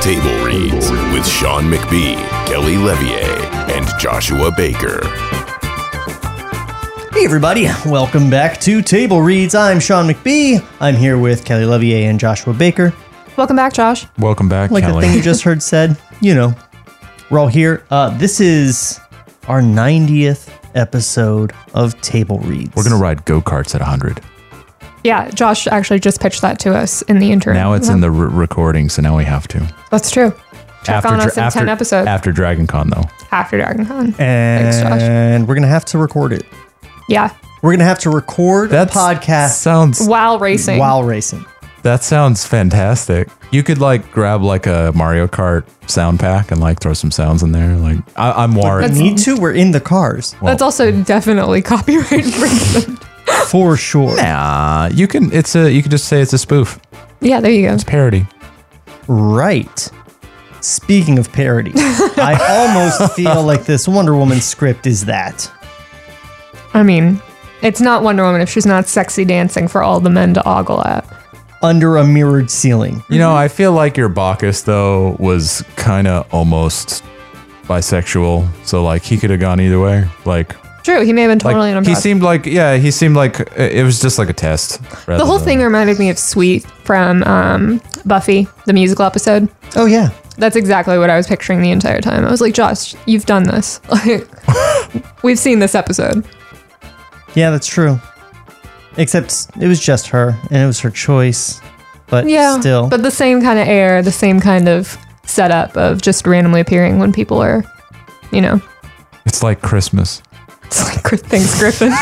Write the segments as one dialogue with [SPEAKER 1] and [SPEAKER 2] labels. [SPEAKER 1] Table Reads with Sean McBee, Kelly Levier, and Joshua Baker.
[SPEAKER 2] Hey everybody, welcome back to Table Reads. I'm Sean McBee. I'm here with Kelly Levier and Joshua Baker.
[SPEAKER 3] Welcome back, Josh.
[SPEAKER 4] Welcome back,
[SPEAKER 2] Like the
[SPEAKER 4] Kelly.
[SPEAKER 2] thing you just heard said, you know, we're all here. Uh, this is our 90th episode of Table Reads.
[SPEAKER 4] We're gonna ride go karts at 100.
[SPEAKER 3] Yeah, Josh actually just pitched that to us in the intern.
[SPEAKER 4] Now it's in the re- recording, so now we have to.
[SPEAKER 3] Uh-huh. That's true. Check on
[SPEAKER 4] Dra-
[SPEAKER 3] us in 10 episodes
[SPEAKER 4] after Dragon Con, though,
[SPEAKER 3] after Dragon Con. Thanks, Josh.
[SPEAKER 2] and we're gonna have to record it.
[SPEAKER 3] Yeah,
[SPEAKER 2] We're gonna have to record
[SPEAKER 4] that
[SPEAKER 2] a podcast
[SPEAKER 4] sounds
[SPEAKER 3] while racing.
[SPEAKER 2] while racing.
[SPEAKER 4] that sounds fantastic. You could like grab like a Mario Kart sound pack and like throw some sounds in there. Like I, I'm
[SPEAKER 2] We
[SPEAKER 4] worried.
[SPEAKER 2] need to. We're in the cars
[SPEAKER 3] That's also definitely copyright infringement.
[SPEAKER 2] for sure.
[SPEAKER 4] Nah, you can. It's a. You can just say it's a spoof.
[SPEAKER 3] yeah, there you go.
[SPEAKER 4] It's parody.
[SPEAKER 2] Right. Speaking of parody, I almost feel like this Wonder Woman script is that.
[SPEAKER 3] I mean, it's not Wonder Woman if she's not sexy dancing for all the men to ogle at.
[SPEAKER 2] under a mirrored ceiling.
[SPEAKER 4] You know,
[SPEAKER 3] Mm-hmm.
[SPEAKER 4] I feel like your Bacchus though was kind of almost bisexual, so like he could have gone either way. Like
[SPEAKER 3] True, he may have been
[SPEAKER 4] Like,
[SPEAKER 3] totally
[SPEAKER 4] he
[SPEAKER 3] unimpressed.
[SPEAKER 4] seemed like yeah he seemed like uh, it was just like a test
[SPEAKER 3] the whole thing reminded me of Sweet from um, Buffy, the musical episode.
[SPEAKER 2] Oh yeah.
[SPEAKER 3] That's exactly what I was picturing the entire time. I was like, Josh, you've done this. Like, we've seen this episode.
[SPEAKER 2] Yeah, that's true. Except it was just her and it was her choice. But
[SPEAKER 3] Yeah.
[SPEAKER 2] still.
[SPEAKER 3] But the same kind of air, the same kind of setup of just randomly appearing when people are, you know,
[SPEAKER 4] it's like christmas
[SPEAKER 3] it's like Gr- thanks, Griffin.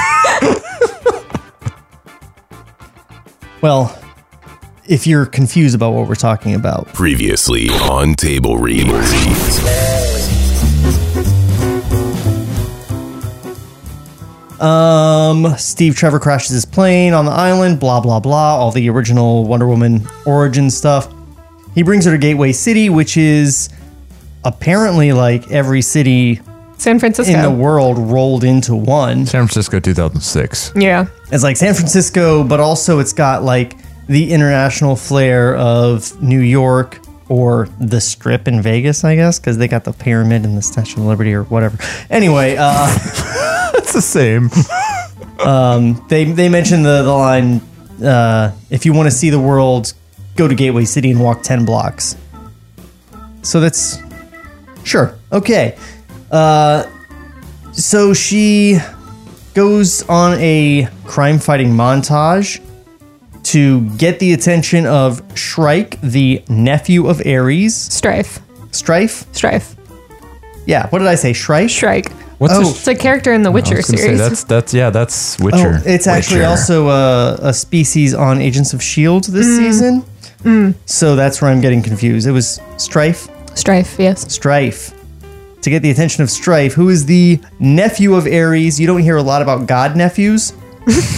[SPEAKER 2] well, if you're confused about what we're talking about,
[SPEAKER 1] Previously on Table Reads.
[SPEAKER 2] um Steve Trevor crashes his plane on the island, blah blah blah, all the original Wonder Woman origin stuff. He brings her to Gateway City, which is apparently like every city
[SPEAKER 3] San Francisco.
[SPEAKER 2] in the world rolled into one.
[SPEAKER 4] san francisco 2006
[SPEAKER 3] yeah.
[SPEAKER 2] It's like San Francisco, but also it's got like the international flair of New York or the Strip in Vegas, I guess, because they got the pyramid and the Statue of Liberty or whatever. Anyway, uh,
[SPEAKER 4] it's the same
[SPEAKER 2] they they mentioned the the line, uh, "If you want to see the world, go to Gateway City and walk ten blocks." So that's sure okay. Uh, so she goes on a crime fighting montage to get the attention of Shrike, the nephew of Ares.
[SPEAKER 3] Strife.
[SPEAKER 2] Strife,
[SPEAKER 3] Strife.
[SPEAKER 2] yeah. What did I say? Shrike.
[SPEAKER 3] Shrike.
[SPEAKER 4] what's
[SPEAKER 2] Oh,
[SPEAKER 4] a
[SPEAKER 3] It's a character in the
[SPEAKER 4] I
[SPEAKER 3] Witcher
[SPEAKER 4] was gonna say,
[SPEAKER 3] series.
[SPEAKER 4] that's that's yeah that's witcher
[SPEAKER 2] Oh, it's actually
[SPEAKER 4] Witcher.
[SPEAKER 2] also a, a species on Agents of Shield E this
[SPEAKER 3] Mm.
[SPEAKER 2] season. So that's where I'm getting confused. It was Strife,
[SPEAKER 3] Strife, yes.
[SPEAKER 2] Strife. To get the attention of Strife, who is the nephew of Ares. You don't hear a lot about god nephews,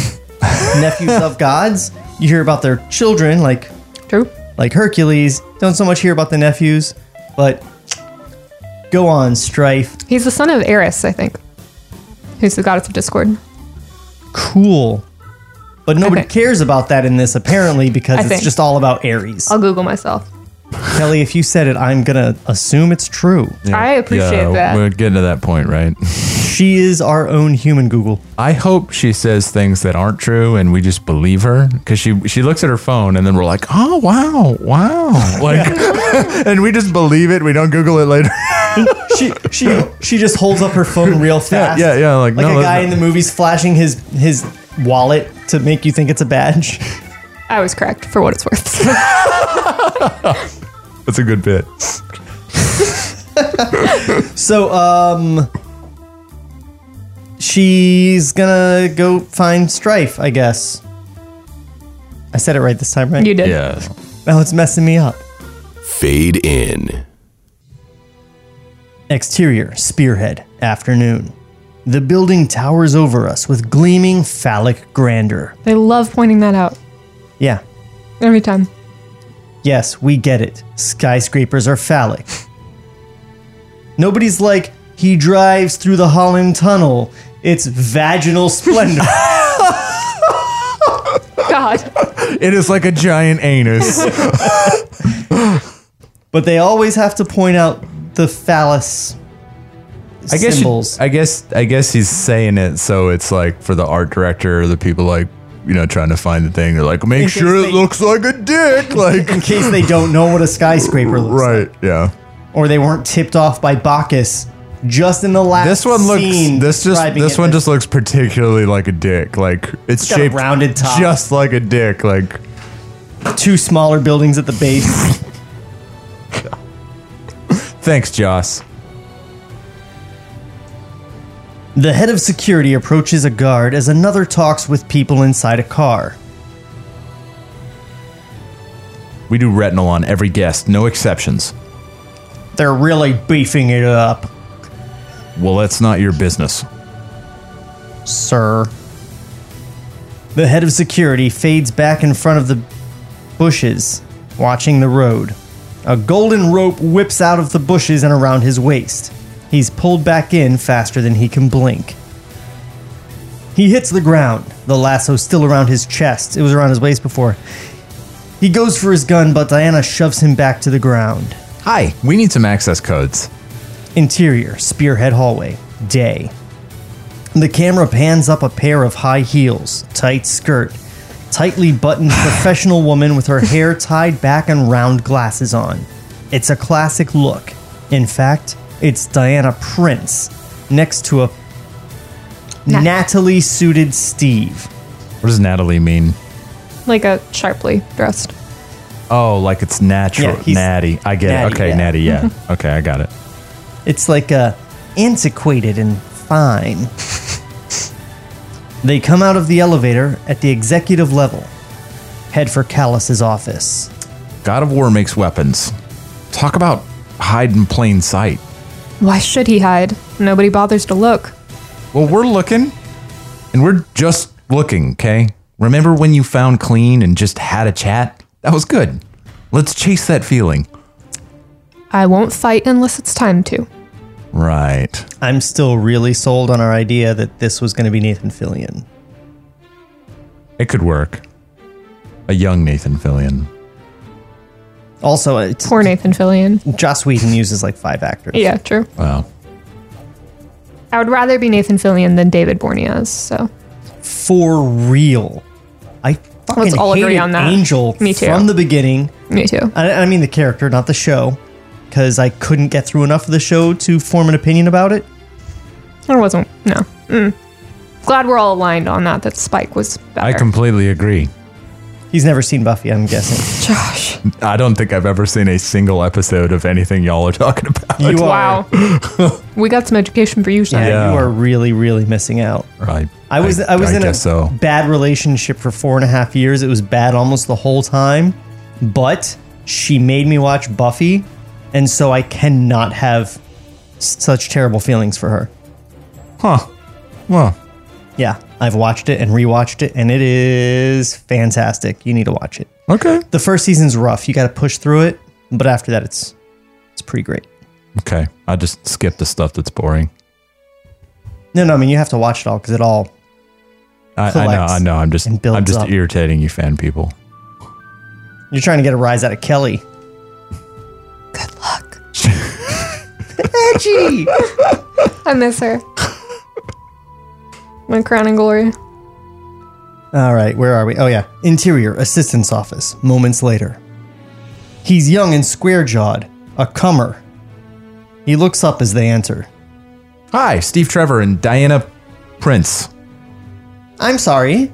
[SPEAKER 2] nephews of gods. You hear about their children, like
[SPEAKER 3] True.
[SPEAKER 2] like Hercules. Don't so much hear about the nephews, but go on, Strife.
[SPEAKER 3] He's the son of Eris, I think. Who's the goddess of discord.
[SPEAKER 2] Cool. But nobody
[SPEAKER 3] Okay.
[SPEAKER 2] cares about that in this apparently because
[SPEAKER 3] I
[SPEAKER 2] it's
[SPEAKER 3] think.
[SPEAKER 2] just all about Ares.
[SPEAKER 3] I'll Google myself.
[SPEAKER 2] Kelly, if you said it, I'm gonna assume it's true.
[SPEAKER 4] Yeah.
[SPEAKER 3] I appreciate
[SPEAKER 4] Yeah,
[SPEAKER 3] that.
[SPEAKER 4] we're getting to that point right
[SPEAKER 2] She is our own human Google.
[SPEAKER 4] i hope she says things that aren't true and we just believe her because she she looks at her phone and then we're like oh wow wow like and we just believe it we don't google it later
[SPEAKER 2] She she she just holds up her phone real fast.
[SPEAKER 4] yeah, yeah, like,
[SPEAKER 2] like
[SPEAKER 4] no,
[SPEAKER 2] a
[SPEAKER 4] that's
[SPEAKER 2] guy
[SPEAKER 4] not-
[SPEAKER 2] in the movies flashing his his wallet to make you think it's a badge.
[SPEAKER 3] I was correct for what it's worth.
[SPEAKER 4] that's a good bit
[SPEAKER 2] So um, she's gonna go find Strife, I guess. I said it right Oh, this time, right?
[SPEAKER 3] you did.
[SPEAKER 4] yeah
[SPEAKER 2] Now it's messing me up.
[SPEAKER 1] Fade in.
[SPEAKER 2] Exterior, Spearhead, afternoon. The building towers over us with gleaming phallic grandeur.
[SPEAKER 3] They love pointing that out
[SPEAKER 2] Yeah,
[SPEAKER 3] every time.
[SPEAKER 2] Yes, we get it. Skyscrapers are phallic. Nobody's like, he drives through the Holland Tunnel. It's vaginal splendor.
[SPEAKER 3] God.
[SPEAKER 4] It is like a giant anus.
[SPEAKER 2] but they always have to point out the phallus
[SPEAKER 4] I guess you-
[SPEAKER 2] symbols.
[SPEAKER 4] I guess I guess he's saying it so it's like for the art director or the people like you know trying to find the thing. They're like, make
[SPEAKER 2] case
[SPEAKER 4] sure
[SPEAKER 2] they-
[SPEAKER 4] it looks like a dick.
[SPEAKER 2] in
[SPEAKER 4] Like
[SPEAKER 2] case they don't know what a skyscraper looks like.
[SPEAKER 4] right, yeah.
[SPEAKER 2] Or they weren't tipped off by Bacchus just in the last
[SPEAKER 4] This one looks.
[SPEAKER 2] scene
[SPEAKER 4] This just.
[SPEAKER 2] describing
[SPEAKER 4] This
[SPEAKER 2] it.
[SPEAKER 4] one just looks particularly like a dick. Like it's,
[SPEAKER 2] got a
[SPEAKER 4] shaped
[SPEAKER 2] rounded top.
[SPEAKER 4] just like a dick. Like
[SPEAKER 2] two smaller buildings at the base.
[SPEAKER 4] thanks, Joss.
[SPEAKER 2] The head of security approaches a guard as another talks with people inside a car.
[SPEAKER 4] We do retinal on every guest, no exceptions.
[SPEAKER 2] They're really beefing it up.
[SPEAKER 4] Well, that's not your business.
[SPEAKER 2] sir. The head of security fades back in front of the bushes, watching the road. A golden rope whips out of the bushes and around his waist. He's pulled back in faster than he can blink. He hits the ground, the lasso still around his chest. It was around his waist before. He goes for his gun, but Diana shoves him back to the ground.
[SPEAKER 4] Hi, we need some access codes.
[SPEAKER 2] Interior, Spearhead Hallway, day. The camera pans up a pair of high heels, tight skirt, tightly buttoned professional woman with her hair tied back and round glasses on. It's a classic look. In fact, it's Diana Prince next to a
[SPEAKER 3] Nat-
[SPEAKER 2] Natalie suited Steve.
[SPEAKER 4] What does Natalie mean?
[SPEAKER 3] Like a sharply dressed.
[SPEAKER 4] Oh, like it's natural,
[SPEAKER 2] Yeah, he's-
[SPEAKER 4] natty. I get
[SPEAKER 2] Natty,
[SPEAKER 4] it. Okay,
[SPEAKER 2] yeah.
[SPEAKER 4] natty. Yeah. okay, I got it.
[SPEAKER 2] It's like a antiquated and fine. they come out of the elevator at the executive level. Head for Callus's office.
[SPEAKER 4] God of War makes weapons. Talk about hide in plain sight.
[SPEAKER 3] Why should he hide? Nobody bothers to look.
[SPEAKER 4] Well, we're looking, and we're just looking, okay? Remember when you found clean and just had a chat? That was good. Let's chase that feeling.
[SPEAKER 3] I won't fight unless it's time to.
[SPEAKER 4] Right.
[SPEAKER 2] I'm still really sold on our idea that this was going to be Nathan Fillion.
[SPEAKER 4] It could work. A young Nathan Fillion.
[SPEAKER 2] Also, uh, it's,
[SPEAKER 3] Poor Nathan Fillion.
[SPEAKER 2] Joss Whedon uses like five actors.
[SPEAKER 3] Yeah, true.
[SPEAKER 4] Wow.
[SPEAKER 3] I would rather be Nathan Fillion than David Borneas, so.
[SPEAKER 2] For real. I fucking
[SPEAKER 3] Let's all agree
[SPEAKER 2] hated
[SPEAKER 3] on that.
[SPEAKER 2] Angel
[SPEAKER 3] Me too.
[SPEAKER 2] from the beginning.
[SPEAKER 3] Me too.
[SPEAKER 2] I, I mean the character, not the show, because I couldn't get through enough of the show to form an opinion about it.
[SPEAKER 3] There wasn't. No. Mm. Glad we're all aligned on that. That Spike was better.
[SPEAKER 4] I completely agree.
[SPEAKER 2] He's never seen Buffy, I'm guessing.
[SPEAKER 3] Josh.
[SPEAKER 4] I don't think I've ever seen a single episode of anything y'all are talking about.
[SPEAKER 2] You
[SPEAKER 3] Wow. we got some education for you,
[SPEAKER 2] Yeah,
[SPEAKER 3] Sean.
[SPEAKER 4] Yeah.
[SPEAKER 2] you are really, really missing out.
[SPEAKER 4] Right.
[SPEAKER 2] I was I, was in a
[SPEAKER 4] guess so.
[SPEAKER 2] bad relationship for four and a half years. It was bad almost the whole time, but she made me watch Buffy, and so I cannot have s- such terrible feelings for her.
[SPEAKER 4] Huh. Well,
[SPEAKER 2] Yeah, I've watched it and rewatched it, and it is fantastic. You need to watch it.
[SPEAKER 4] okay.
[SPEAKER 2] The first season's rough. You got to push through it, but after that, it's it's pretty great.
[SPEAKER 4] Okay. I just skip the stuff that's boring.
[SPEAKER 2] No, no, I mean you have to watch it all because it all
[SPEAKER 4] I, I know.
[SPEAKER 2] Collects
[SPEAKER 4] I know. I'm just.
[SPEAKER 2] and builds
[SPEAKER 4] I'm just
[SPEAKER 2] up.
[SPEAKER 4] irritating you, fan people.
[SPEAKER 2] you're trying to get a rise out of Kelly.
[SPEAKER 3] Good luck.
[SPEAKER 2] Edgy.
[SPEAKER 3] I miss her. My crown and glory.
[SPEAKER 2] All right, where are we? Oh, yeah. Interior, assistant's office, moments later. He's young and square jawed, a comer. He looks up as they enter.
[SPEAKER 4] Hi, Steve Trevor and Diana Prince.
[SPEAKER 2] I'm sorry.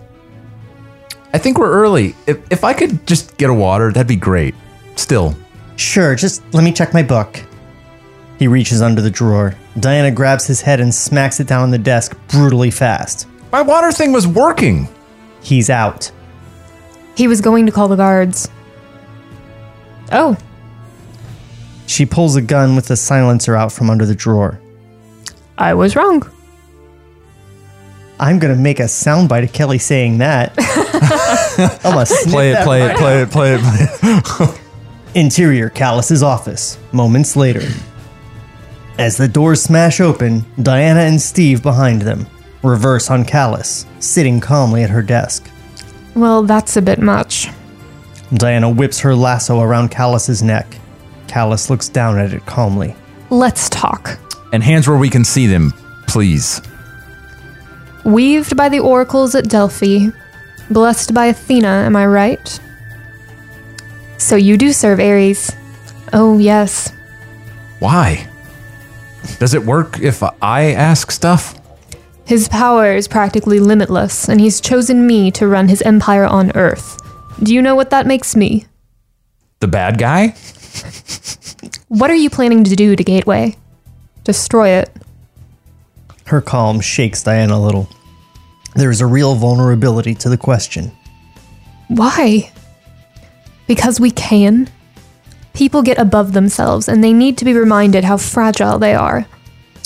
[SPEAKER 4] I think we're early. If, if I could just get a water, that'd be great. Still.
[SPEAKER 2] Sure, just let me check my book. He reaches under the drawer. Diana grabs his head and smacks it down on the desk brutally fast.
[SPEAKER 4] My water thing was working.
[SPEAKER 2] He's out.
[SPEAKER 3] He was going to call the guards. Oh,
[SPEAKER 2] She pulls a gun with the silencer out from under the drawer.
[SPEAKER 3] I was wrong.
[SPEAKER 2] I'm gonna make a soundbite of Kelly saying that. I'm gonna snip
[SPEAKER 4] Play it,
[SPEAKER 2] that
[SPEAKER 4] play it, play it, play it, play it.
[SPEAKER 2] Interior Callus's office, moments later. As the doors smash open, Diana and Steve behind them, reverse on Callus, sitting calmly at her desk.
[SPEAKER 3] Well, that's a bit much.
[SPEAKER 2] Diana whips her lasso around Callus's neck. Callus looks down at it calmly.
[SPEAKER 3] Let's talk.
[SPEAKER 4] And hands where we can see them, please.
[SPEAKER 3] Weaved by the oracles at Delphi, blessed by Athena, am I right? So you do serve Ares. Oh, yes.
[SPEAKER 4] Why? Does it work if I ask stuff?
[SPEAKER 3] His power is practically limitless, and he's chosen me to run his empire on Earth. Do you know what that makes me?
[SPEAKER 4] The bad guy?
[SPEAKER 3] What are you planning to do to Gateway? Destroy it.
[SPEAKER 2] Her calm shakes Diana a little. There is a real vulnerability to the question.
[SPEAKER 3] Why? Because we can. People get above themselves and they need to be reminded how fragile they are.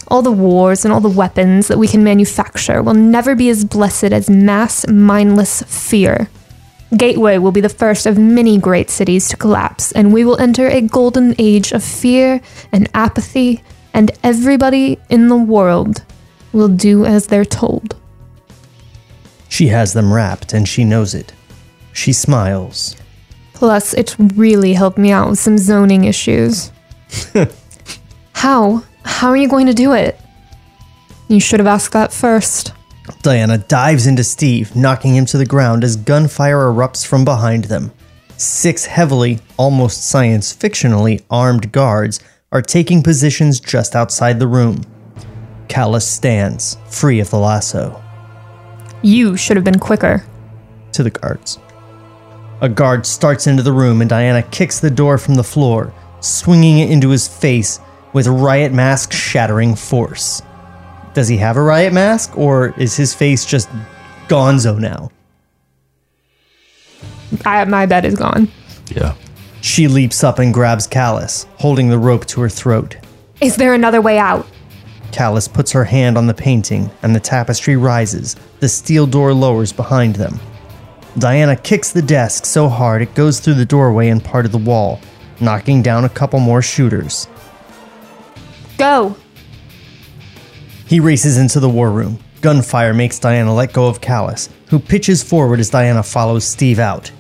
[SPEAKER 3] All the wars and all the weapons that we can manufacture will never be as blessed as mass, mindless fear. Gateway will be the first of many great cities to collapse, and we will enter a golden age of fear and apathy, and everybody in the world will do as they're told.
[SPEAKER 2] She has them wrapped, and she knows it. She smiles.
[SPEAKER 3] Plus, it really helped me out with some zoning issues. How? How are you going to do it? You should have asked that first.
[SPEAKER 2] Diana dives into Steve, knocking him to the ground as gunfire erupts from behind them. Six heavily, almost science fictionally armed guards are taking positions just outside the room. Callus stands, free of the lasso,
[SPEAKER 3] You should have been quicker.
[SPEAKER 2] to the guards. A guard starts into the room and Diana kicks the door from the floor, swinging it into his face with riot mask shattering force. Does he have a riot mask or is his face just gonzo now?
[SPEAKER 3] I, my bed is gone.
[SPEAKER 4] Yeah.
[SPEAKER 2] She leaps up and grabs Callus, holding the rope to her throat.
[SPEAKER 3] Is there another way out?
[SPEAKER 2] Callus puts her hand on the painting, and the tapestry rises. The steel door lowers behind them. Diana kicks the desk so hard it goes through the doorway and part of the wall, knocking down a couple more shooters.
[SPEAKER 3] Go!
[SPEAKER 2] He races into the war room. Gunfire makes Diana let go of Callus, who pitches forward as Diana follows Steve out.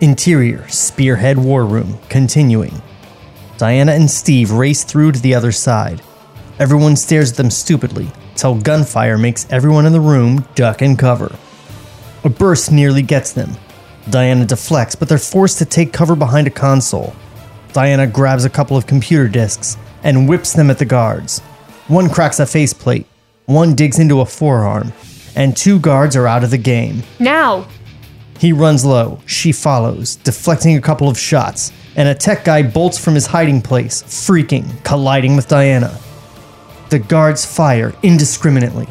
[SPEAKER 2] Interior, Spearhead War Room, continuing. Diana and Steve race through to the other side. Everyone stares at them stupidly, till gunfire makes everyone in the room duck and cover. A burst nearly gets them. Diana deflects, but they're forced to take cover behind a console. Diana grabs a couple of computer disks and whips them at the guards. One cracks a faceplate, one digs into a forearm, and two guards are out of the game.
[SPEAKER 3] Now!
[SPEAKER 2] He runs low, she follows, deflecting a couple of shots, and a tech guy bolts from his hiding place, freaking, colliding with Diana. The guards fire indiscriminately.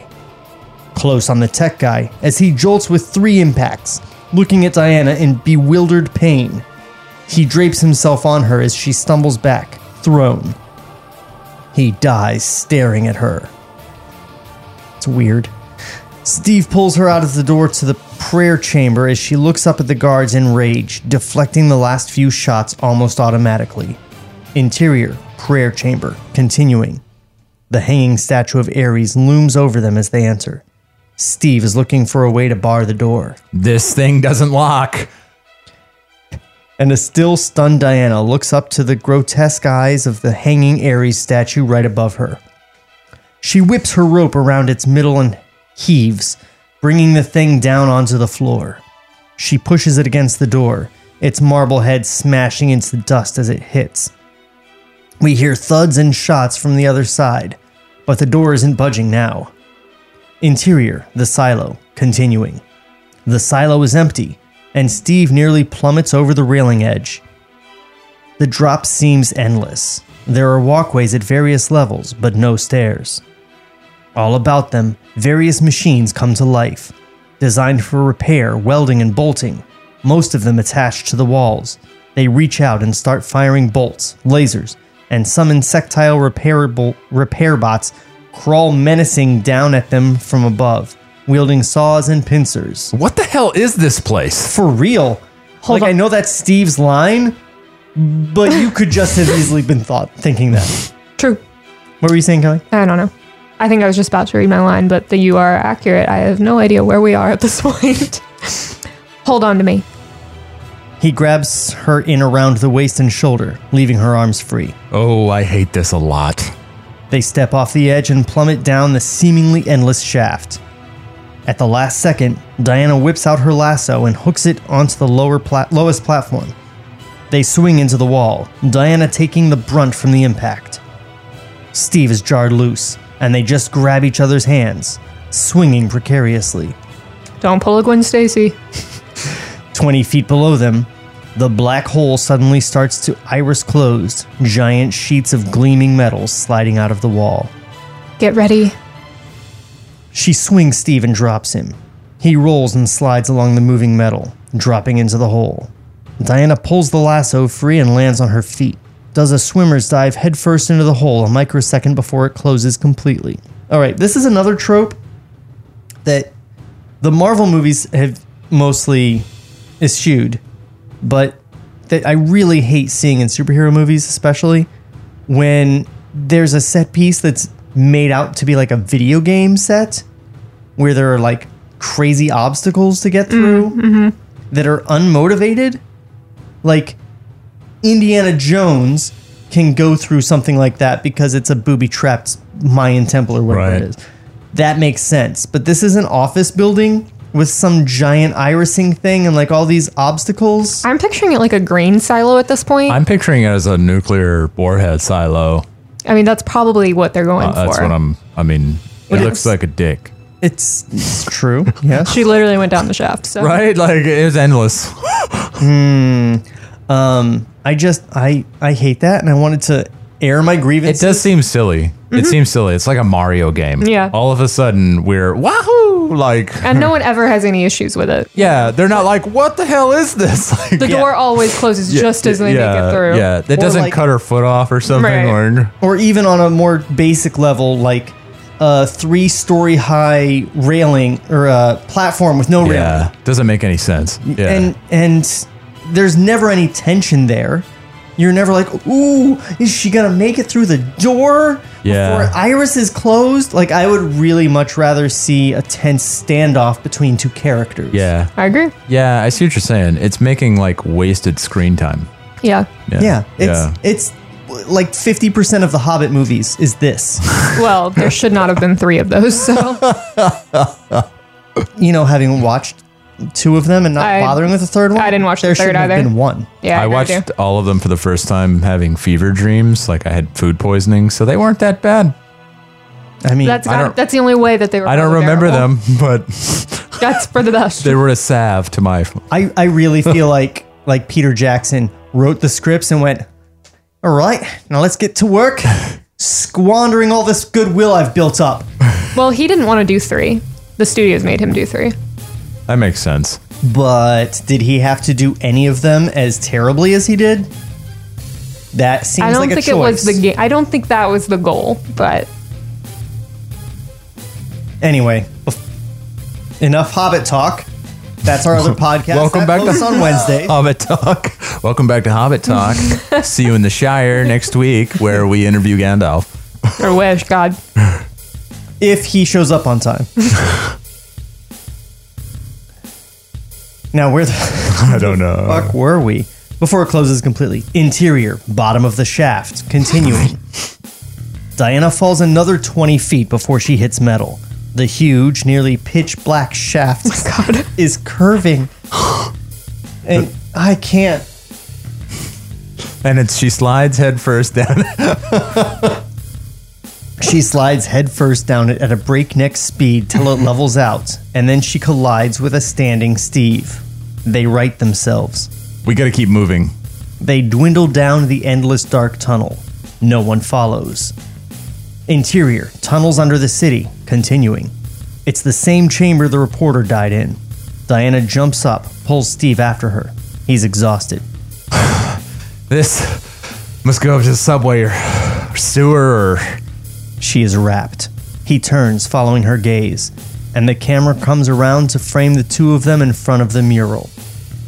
[SPEAKER 2] Close on the tech guy as he jolts with three impacts, looking at Diana in bewildered pain. He drapes himself on her as she stumbles back, thrown. He dies staring at her. It's weird. Steve pulls her out of the door to the prayer chamber as she looks up at the guards in rage, deflecting the last few shots almost automatically. Interior, prayer chamber, continuing. The hanging statue of Ares looms over them as they enter. Steve is looking for a way to bar the door.
[SPEAKER 4] This thing doesn't lock.
[SPEAKER 2] And a still stunned Diana looks up to the grotesque eyes of the hanging Ares statue right above her. She whips her rope around its middle and heaves, bringing the thing down onto the floor. She pushes it against the door, its marble head smashing into the dust as it hits. We hear thuds and shots from the other side, but the door isn't budging now. Interior, the silo, continuing. The silo is empty, and Steve nearly plummets over the railing edge. The drop seems endless. There are walkways at various levels, but no stairs. All about them, various machines come to life, designed for repair, welding, and bolting, most of them attached to the walls. They reach out and start firing bolts, lasers, and some insectile repairable repair bots crawl menacing down at them from above, wielding saws and pincers.
[SPEAKER 4] What the hell is this place?
[SPEAKER 2] For real.
[SPEAKER 3] Hold
[SPEAKER 2] like I
[SPEAKER 3] on.
[SPEAKER 2] know that's Steve's line, but you could just have easily been thought thinking that.
[SPEAKER 3] True.
[SPEAKER 2] What were you saying, Kelly?
[SPEAKER 3] I don't know. I think I was just about to read my line, but the, you are accurate. I have no idea where we are at this point. Hold on to me.
[SPEAKER 2] He grabs her in around the waist and shoulder, leaving her arms free.
[SPEAKER 4] Oh, I hate this a lot.
[SPEAKER 2] They step off the edge and plummet down the seemingly endless shaft. At the last second, Diana whips out her lasso and hooks it onto the lower pla- lowest platform. They swing into the wall, Diana taking the brunt from the impact. Steve is jarred loose, and they just grab each other's hands, swinging precariously.
[SPEAKER 3] Don't pull a Gwen Stacy.
[SPEAKER 2] 20 feet below them, the black hole suddenly starts to iris closed, giant sheets of gleaming metal sliding out of the wall.
[SPEAKER 3] Get ready.
[SPEAKER 2] She swings Steve and drops him. He rolls and slides along the moving metal, dropping into the hole. Diana pulls the lasso free and lands on her feet. Does a swimmer's dive headfirst into the hole a microsecond before it closes completely. All right, this is another trope that the Marvel movies have mostly eschewed, but that I really hate seeing in superhero movies, especially when there's a set piece that's made out to be like a video game set where there are like crazy obstacles to get through that are unmotivated. Like Indiana Jones can go through something like that because it's a booby trapped Mayan temple or whatever
[SPEAKER 4] Right.
[SPEAKER 2] it is. That makes sense. But this is an office building with some giant irising thing and like all these obstacles.
[SPEAKER 3] I'm picturing it like a grain silo at this point. i
[SPEAKER 4] I'm picturing it as a nuclear warhead silo.
[SPEAKER 3] mean, that's probably what they're going
[SPEAKER 4] Uh, that's
[SPEAKER 3] for.
[SPEAKER 4] what I'm. I mean, it looks like a dick,
[SPEAKER 2] It's, it's true. Yes.
[SPEAKER 3] she literally went down the shaft. So.
[SPEAKER 4] right? Like it was endless.
[SPEAKER 2] Um, I just I I hate that, and I wanted to air my
[SPEAKER 4] It
[SPEAKER 2] grievance.
[SPEAKER 4] does seem silly. It seems silly. It's like a Mario game.
[SPEAKER 3] Mm-hmm. Yeah.
[SPEAKER 4] All of a sudden, we're wahoo! Like,
[SPEAKER 3] And no one ever has any issues with it.
[SPEAKER 4] yeah, they're not like, what the hell is this? Like,
[SPEAKER 3] The door always closes just as they
[SPEAKER 4] yeah,
[SPEAKER 3] make it through.
[SPEAKER 4] Yeah, that
[SPEAKER 2] Or
[SPEAKER 4] doesn't
[SPEAKER 2] like-
[SPEAKER 4] cut her foot off or something.
[SPEAKER 3] Right.
[SPEAKER 2] or
[SPEAKER 4] Or,
[SPEAKER 2] even on a more basic level, like a three-story high railing or a platform with no railing,
[SPEAKER 4] yeah, doesn't make any sense. Yeah.
[SPEAKER 2] and and there's never any tension there. You're never like, ooh, is she gonna make it through the door
[SPEAKER 4] Yeah.
[SPEAKER 2] before Iris is closed? Like, I would really much rather see a tense standoff between two characters.
[SPEAKER 4] yeah,
[SPEAKER 3] I agree.
[SPEAKER 4] yeah, I see what you're saying. It's making like wasted screen time.
[SPEAKER 3] Yeah.
[SPEAKER 2] Yeah, it's
[SPEAKER 4] yeah.
[SPEAKER 2] it's like 50% of the Hobbit movies is this.
[SPEAKER 3] Well, there should not have been three of those. So
[SPEAKER 2] you know, having watched two of them and not
[SPEAKER 3] I-
[SPEAKER 2] bothering with the third one.
[SPEAKER 3] I didn't watch the
[SPEAKER 2] there
[SPEAKER 3] third
[SPEAKER 2] shouldn't
[SPEAKER 3] either.
[SPEAKER 2] Have been one.
[SPEAKER 3] yeah,
[SPEAKER 4] I
[SPEAKER 3] agree with
[SPEAKER 4] watched
[SPEAKER 3] you.
[SPEAKER 4] all of them for the first time having fever dreams. Like I had food poisoning, so they weren't that bad.
[SPEAKER 2] I mean,
[SPEAKER 3] That's
[SPEAKER 4] I
[SPEAKER 3] got,
[SPEAKER 4] don't-
[SPEAKER 3] that's the only way that they were.
[SPEAKER 4] I don't
[SPEAKER 3] probably
[SPEAKER 4] remember
[SPEAKER 3] bearable.
[SPEAKER 4] them, but
[SPEAKER 3] That's for the best.
[SPEAKER 4] they were a salve to my.
[SPEAKER 2] I, I really feel like like Peter Jackson wrote the scripts and went, all right, now let's get to work, squandering all this goodwill I've built up.
[SPEAKER 3] well, he didn't want to do three. The studios made him do three.
[SPEAKER 4] That makes sense.
[SPEAKER 2] But did he have to do any of them as terribly as he did? That seems
[SPEAKER 3] I don't
[SPEAKER 2] like a
[SPEAKER 3] think
[SPEAKER 2] choice.
[SPEAKER 3] it was the game. I don't think that was the goal, but
[SPEAKER 2] Anyway, bef- enough Hobbit talk. That's our other podcast.
[SPEAKER 4] Welcome
[SPEAKER 2] that
[SPEAKER 4] back to- Uh,
[SPEAKER 2] posts on Wednesday.
[SPEAKER 4] Hobbit Talk. Welcome back to Hobbit Talk. See you in the Shire next week, where we interview Gandalf.
[SPEAKER 3] or oh, wish God.
[SPEAKER 2] if he shows up on time. now, where the
[SPEAKER 4] I don't know.
[SPEAKER 2] fuck were we? Before it closes completely. Interior, bottom of the shaft, continuing. Diana falls another 20 feet before she hits metal. The huge, nearly pitch black
[SPEAKER 4] Oh
[SPEAKER 2] shaft
[SPEAKER 3] God.
[SPEAKER 2] is curving. And I can't.
[SPEAKER 4] And it's she slides headfirst down.
[SPEAKER 2] She slides headfirst down it at a breakneck speed till it levels out, and then she collides with a standing Steve. They right themselves.
[SPEAKER 4] we got to keep moving.
[SPEAKER 2] They dwindle down the endless dark tunnel. No one follows. Interior, tunnels under the city, continuing. It's the same chamber the reporter died in. Diana jumps up, pulls Steve after her. He's exhausted.
[SPEAKER 4] This Must go up to the subway or sewer or
[SPEAKER 2] She is wrapped. He turns, following her gaze, and the camera comes around to frame the two of them in front of the mural.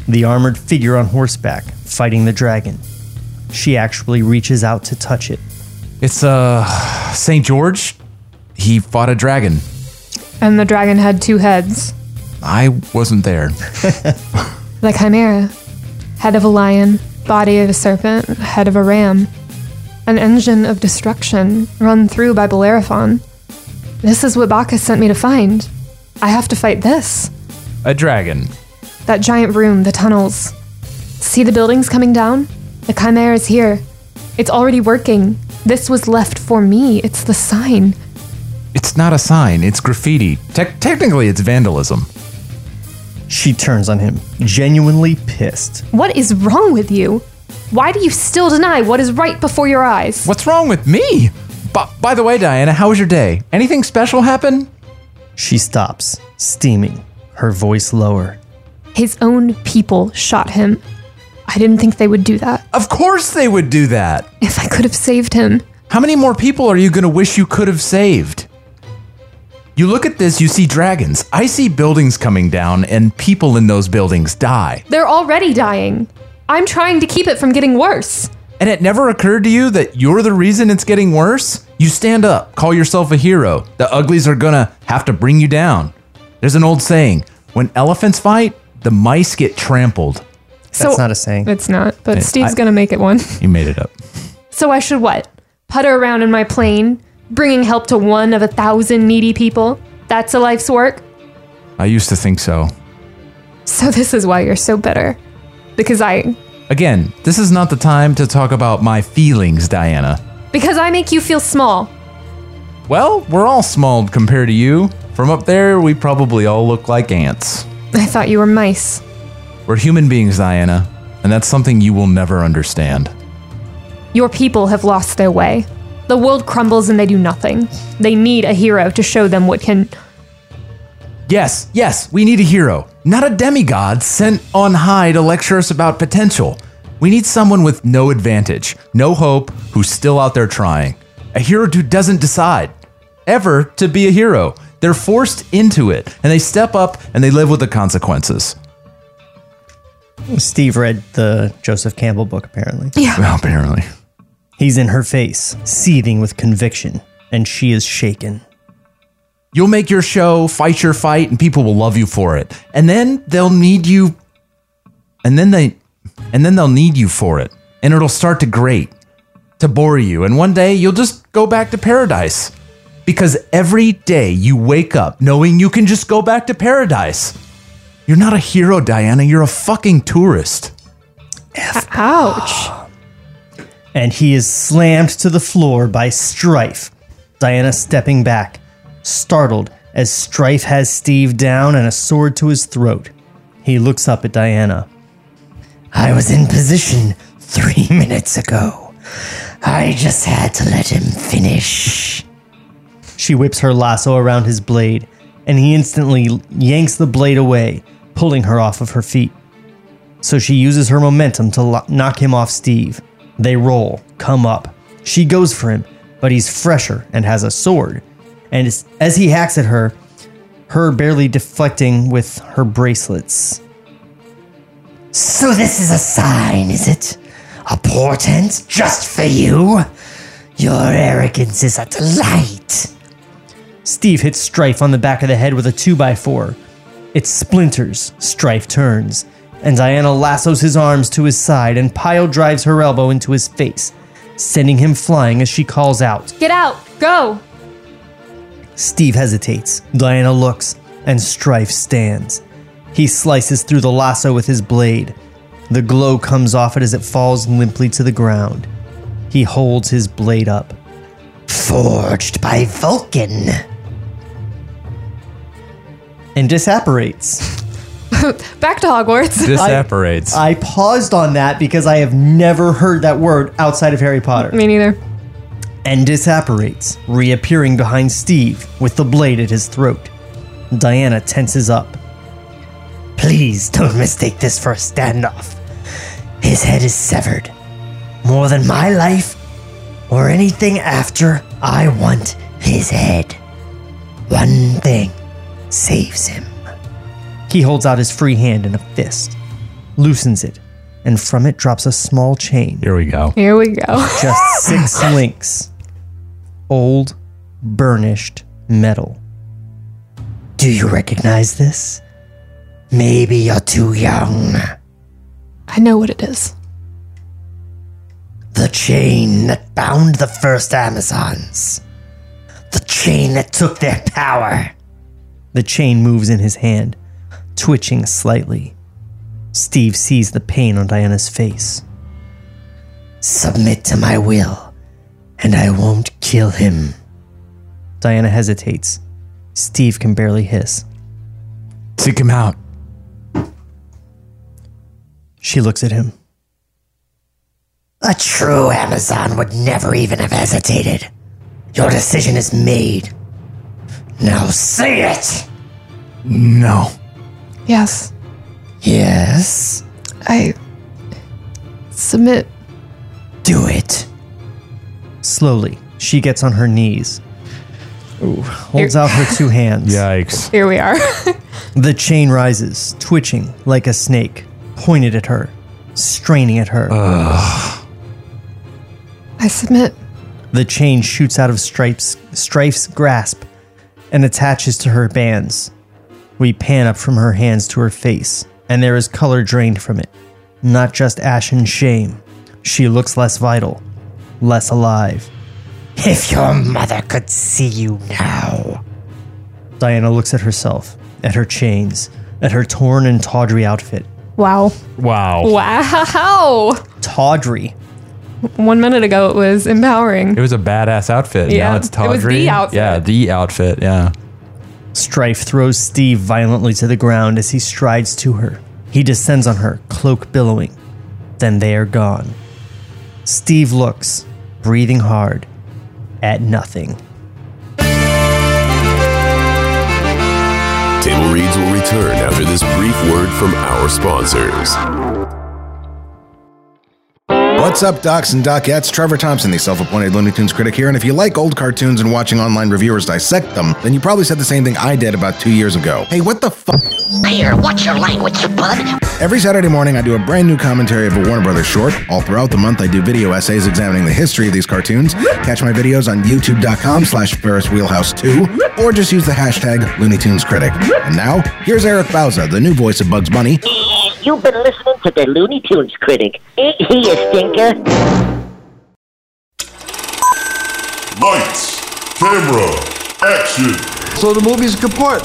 [SPEAKER 2] The armored figure on horseback, fighting the dragon. She actually reaches out to touch it.
[SPEAKER 4] it's uh St. George. He fought a dragon.
[SPEAKER 3] And the dragon had two heads,
[SPEAKER 4] I wasn't there.
[SPEAKER 3] the chimera. Head of a lion, body of a serpent, head of a ram. An engine of destruction run through by Bellerophon. This is what Bacchus sent me to find. I have to fight this.
[SPEAKER 4] A dragon.
[SPEAKER 3] That giant room, the tunnels. See the buildings coming down? The Chimera is here. It's already working. This was left for me. It's the sign.
[SPEAKER 4] It's not a sign. It's graffiti. Tec technically, it's vandalism.
[SPEAKER 2] She turns on him, genuinely pissed.
[SPEAKER 3] What is wrong with you? Why do you still deny what is right before your eyes?
[SPEAKER 4] What's wrong with me? B- by the way, Diana, how was your day? Anything special happen?
[SPEAKER 2] She stops, steaming, her voice lower.
[SPEAKER 3] His own people shot him. I didn't think they would do that.
[SPEAKER 4] Of course they would do that.
[SPEAKER 3] If I could have saved him.
[SPEAKER 4] How many more people are you going to wish you could have saved? You look at this, you see dragons. I see buildings coming down, and people in those buildings die.
[SPEAKER 3] They're already dying. I'm trying to keep it from getting worse.
[SPEAKER 4] And it never occurred to you that you're the reason it's getting worse? You stand up, call yourself a hero. The uglies are gonna have to bring you down. There's an old saying when elephants fight, the mice get trampled.
[SPEAKER 3] So
[SPEAKER 2] That's not a saying.
[SPEAKER 3] It's not, but Steve's gonna make it one.
[SPEAKER 4] You made it up.
[SPEAKER 3] So I should what? Putter around in my plane, bringing help to one of a thousand needy people? That's a life's work?
[SPEAKER 4] I used to think so.
[SPEAKER 3] So this is why you're so bitter. Because I.
[SPEAKER 4] Again, this is not the time to talk about my feelings, Diana.
[SPEAKER 3] Because I make you feel small.
[SPEAKER 4] Well, we're all small compared to you. From up there, we probably all look like ants.
[SPEAKER 3] I thought you were mice.
[SPEAKER 4] We're human beings, Diana, and that's something you will never understand.
[SPEAKER 3] Your people have lost their way. The world crumbles and they do nothing. They need a hero to show them what can.
[SPEAKER 4] Yes, yes, we need a hero, not a demigod sent on high to lecture us about potential. We need someone with no advantage, no hope, who's still out there trying. A hero who doesn't decide ever to be a hero. They're forced into it, and they step up and they live with the consequences.
[SPEAKER 2] Steve read the Joseph Campbell book, apparently.
[SPEAKER 4] Well, apparently.
[SPEAKER 2] He's in her face, seething with conviction, and she is shaken.
[SPEAKER 4] You'll make your show, fight your fight, and people will love you for it. And then they'll need you. And then they, and then they'll need you for it. And it'll start to grate, to bore you. And one day you'll just go back to paradise. Because every day you wake up knowing you can just go back to paradise. You're not a hero, Diana. You're a fucking tourist.
[SPEAKER 3] Ouch.
[SPEAKER 2] and he is slammed to the floor by Strife. Diana stepping back, startled as Strife has Steve down and a sword to his throat. He looks up at Diana. I was in position three minutes ago. I just had to let him finish. She whips her lasso around his blade, and he instantly yanks the blade away, pulling her off of her feet so she uses her momentum to lo- knock him off Steve. They roll, come up. She goes for him, but he's fresher and has a sword. And as, as he hacks at her, her barely deflecting with her bracelets. So, this is a sign, is it? A portent just for you? Your arrogance is a delight. Steve hits Strife on the back of the head with a 2x4. It splinters, Strife turns, and Diana lassos his arms to his side and pile drives her elbow into his face, sending him flying as she calls out.
[SPEAKER 3] Get out. Go.
[SPEAKER 2] Steve hesitates. Diana looks, and Strife stands. He slices through the lasso with his blade. The glow comes off it as it falls limply to the ground. He holds his blade up. Forged by Vulcan. And disapparates.
[SPEAKER 3] Back to Hogwarts.
[SPEAKER 4] Disapparates.
[SPEAKER 2] I paused on that because I have never heard that word outside of Harry Potter.
[SPEAKER 3] me neither.
[SPEAKER 2] and disapparates, reappearing behind Steve with the blade at his throat. Diana tenses up. Please don't mistake this for a standoff. His head is severed.
[SPEAKER 5] more than my life or anything after, I want his head. One thing saves him.
[SPEAKER 2] He holds out his free hand in a fist, loosens it, and from it drops a small chain.
[SPEAKER 4] Here we go.
[SPEAKER 3] Here we go.
[SPEAKER 2] Just six links. Old, burnished metal.
[SPEAKER 5] Do you recognize this? Maybe you're too young.
[SPEAKER 3] I know what it is.
[SPEAKER 5] The chain that bound the first Amazons. The chain that took their power.
[SPEAKER 2] The chain moves in his hand, twitching slightly. Steve sees the pain on Diana's face.
[SPEAKER 5] Submit to my will, and I won't kill him.
[SPEAKER 2] Diana hesitates. Steve can barely hiss.
[SPEAKER 4] Seek him out.
[SPEAKER 2] She looks at him.
[SPEAKER 5] A true Amazon would never even have hesitated. Your decision is made. Now say it!
[SPEAKER 4] No.
[SPEAKER 3] Yes,
[SPEAKER 5] Yes,
[SPEAKER 3] I submit.
[SPEAKER 5] do it.
[SPEAKER 2] Slowly, she gets on her knees. Ooh, holds out her two hands.
[SPEAKER 4] Yikes.
[SPEAKER 3] Here we are.
[SPEAKER 2] The chain rises, twitching like a snake, pointed at her, straining at her.
[SPEAKER 3] I submit.
[SPEAKER 2] The chain shoots out of Stripes, Strife's grasp and attaches to her bands. We pan up from her hands to her face, and there is color drained from it. Not just ash and shame. She looks less vital, less alive.
[SPEAKER 5] If your mother could see you now.
[SPEAKER 2] Diana looks at herself, at her chains, at her torn and tawdry outfit.
[SPEAKER 3] Wow.
[SPEAKER 4] Wow.
[SPEAKER 3] Wow.
[SPEAKER 2] Tawdry.
[SPEAKER 3] One minute ago, it was empowering.
[SPEAKER 4] It was a badass outfit.
[SPEAKER 3] Yeah,
[SPEAKER 4] Now it's
[SPEAKER 3] it was the
[SPEAKER 4] tawdry.
[SPEAKER 3] outfit.
[SPEAKER 4] Yeah, the outfit. Yeah.
[SPEAKER 2] Strife throws Steve violently to the ground as he strides to her. He descends on her, cloak billowing. Then they are gone. Steve looks, breathing hard, at nothing.
[SPEAKER 1] Table Reads will return after this brief word from our sponsors.
[SPEAKER 6] What's up, docs and docettes? Trevor Thompson, the self appointed Looney Tunes critic here. And if you like old cartoons and watching online reviewers dissect them, then you probably said the same thing I did about two years ago. Hey, what the fuck?
[SPEAKER 7] Here, watch your language, you bud.
[SPEAKER 6] Every Saturday morning, I do a brand new commentary of a Warner Brothers short. All throughout the month, I do video essays examining the history of these cartoons. Catch my videos on youtube.com slash Ferris Wheelhouse 2, or just use the hashtag Looney Tunes Critic. And now, here's Eric Bauza, the new voice of Bugs Bunny,
[SPEAKER 7] You've been listening to the Looney Tunes critic. Ain't he a stinker?
[SPEAKER 8] Lights, camera, action.
[SPEAKER 9] So the movie's kaput,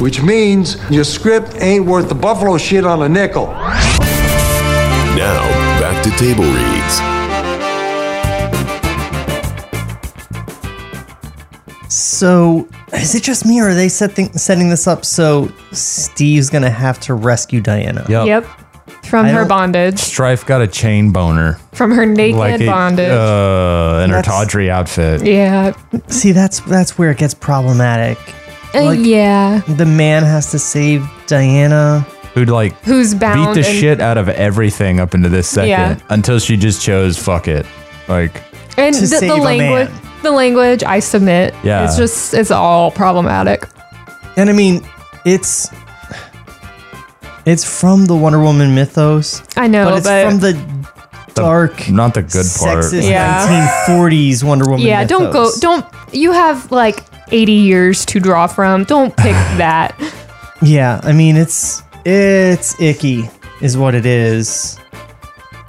[SPEAKER 9] which means your script ain't worth the buffalo shit on a nickel.
[SPEAKER 1] Now, back to Table Reads.
[SPEAKER 2] So, is it just me or are they setting, setting this up so Steve's gonna have to rescue Diana?
[SPEAKER 4] Yep.
[SPEAKER 3] Yep. From
[SPEAKER 2] I
[SPEAKER 3] her
[SPEAKER 2] don't-
[SPEAKER 3] bondage,
[SPEAKER 4] Strife got a chain boner.
[SPEAKER 3] from her naked
[SPEAKER 4] it-
[SPEAKER 3] bondage.
[SPEAKER 4] Uh, and her
[SPEAKER 2] That's-
[SPEAKER 4] tawdry outfit.
[SPEAKER 3] yeah.
[SPEAKER 2] See, that's that's where it gets problematic.
[SPEAKER 3] Uh,
[SPEAKER 2] Like-
[SPEAKER 3] yeah.
[SPEAKER 2] The man has to save Diana.
[SPEAKER 4] Who'd like
[SPEAKER 3] Who's
[SPEAKER 4] beat
[SPEAKER 3] bound
[SPEAKER 4] the
[SPEAKER 3] and,
[SPEAKER 4] shit out of everything up into this second
[SPEAKER 3] Yeah.
[SPEAKER 4] until she just chose fuck it. Like,
[SPEAKER 3] and
[SPEAKER 2] to
[SPEAKER 3] the,
[SPEAKER 2] save a
[SPEAKER 3] the language.
[SPEAKER 2] man.
[SPEAKER 3] The language I submit.
[SPEAKER 4] Yeah.
[SPEAKER 3] It's just it's all problematic.
[SPEAKER 2] And I mean, it's it's from the Wonder Woman mythos.
[SPEAKER 3] I know,
[SPEAKER 2] but
[SPEAKER 3] but,
[SPEAKER 2] it's from the dark,
[SPEAKER 4] not the good part.
[SPEAKER 2] sexist
[SPEAKER 3] Yeah.
[SPEAKER 2] 1940s Wonder Woman.
[SPEAKER 3] yeah. Don't go.
[SPEAKER 2] mythos.
[SPEAKER 3] Don't. You have like 80 years to draw from. Don't pick that.
[SPEAKER 2] Yeah, I mean it's it's icky, is what it is,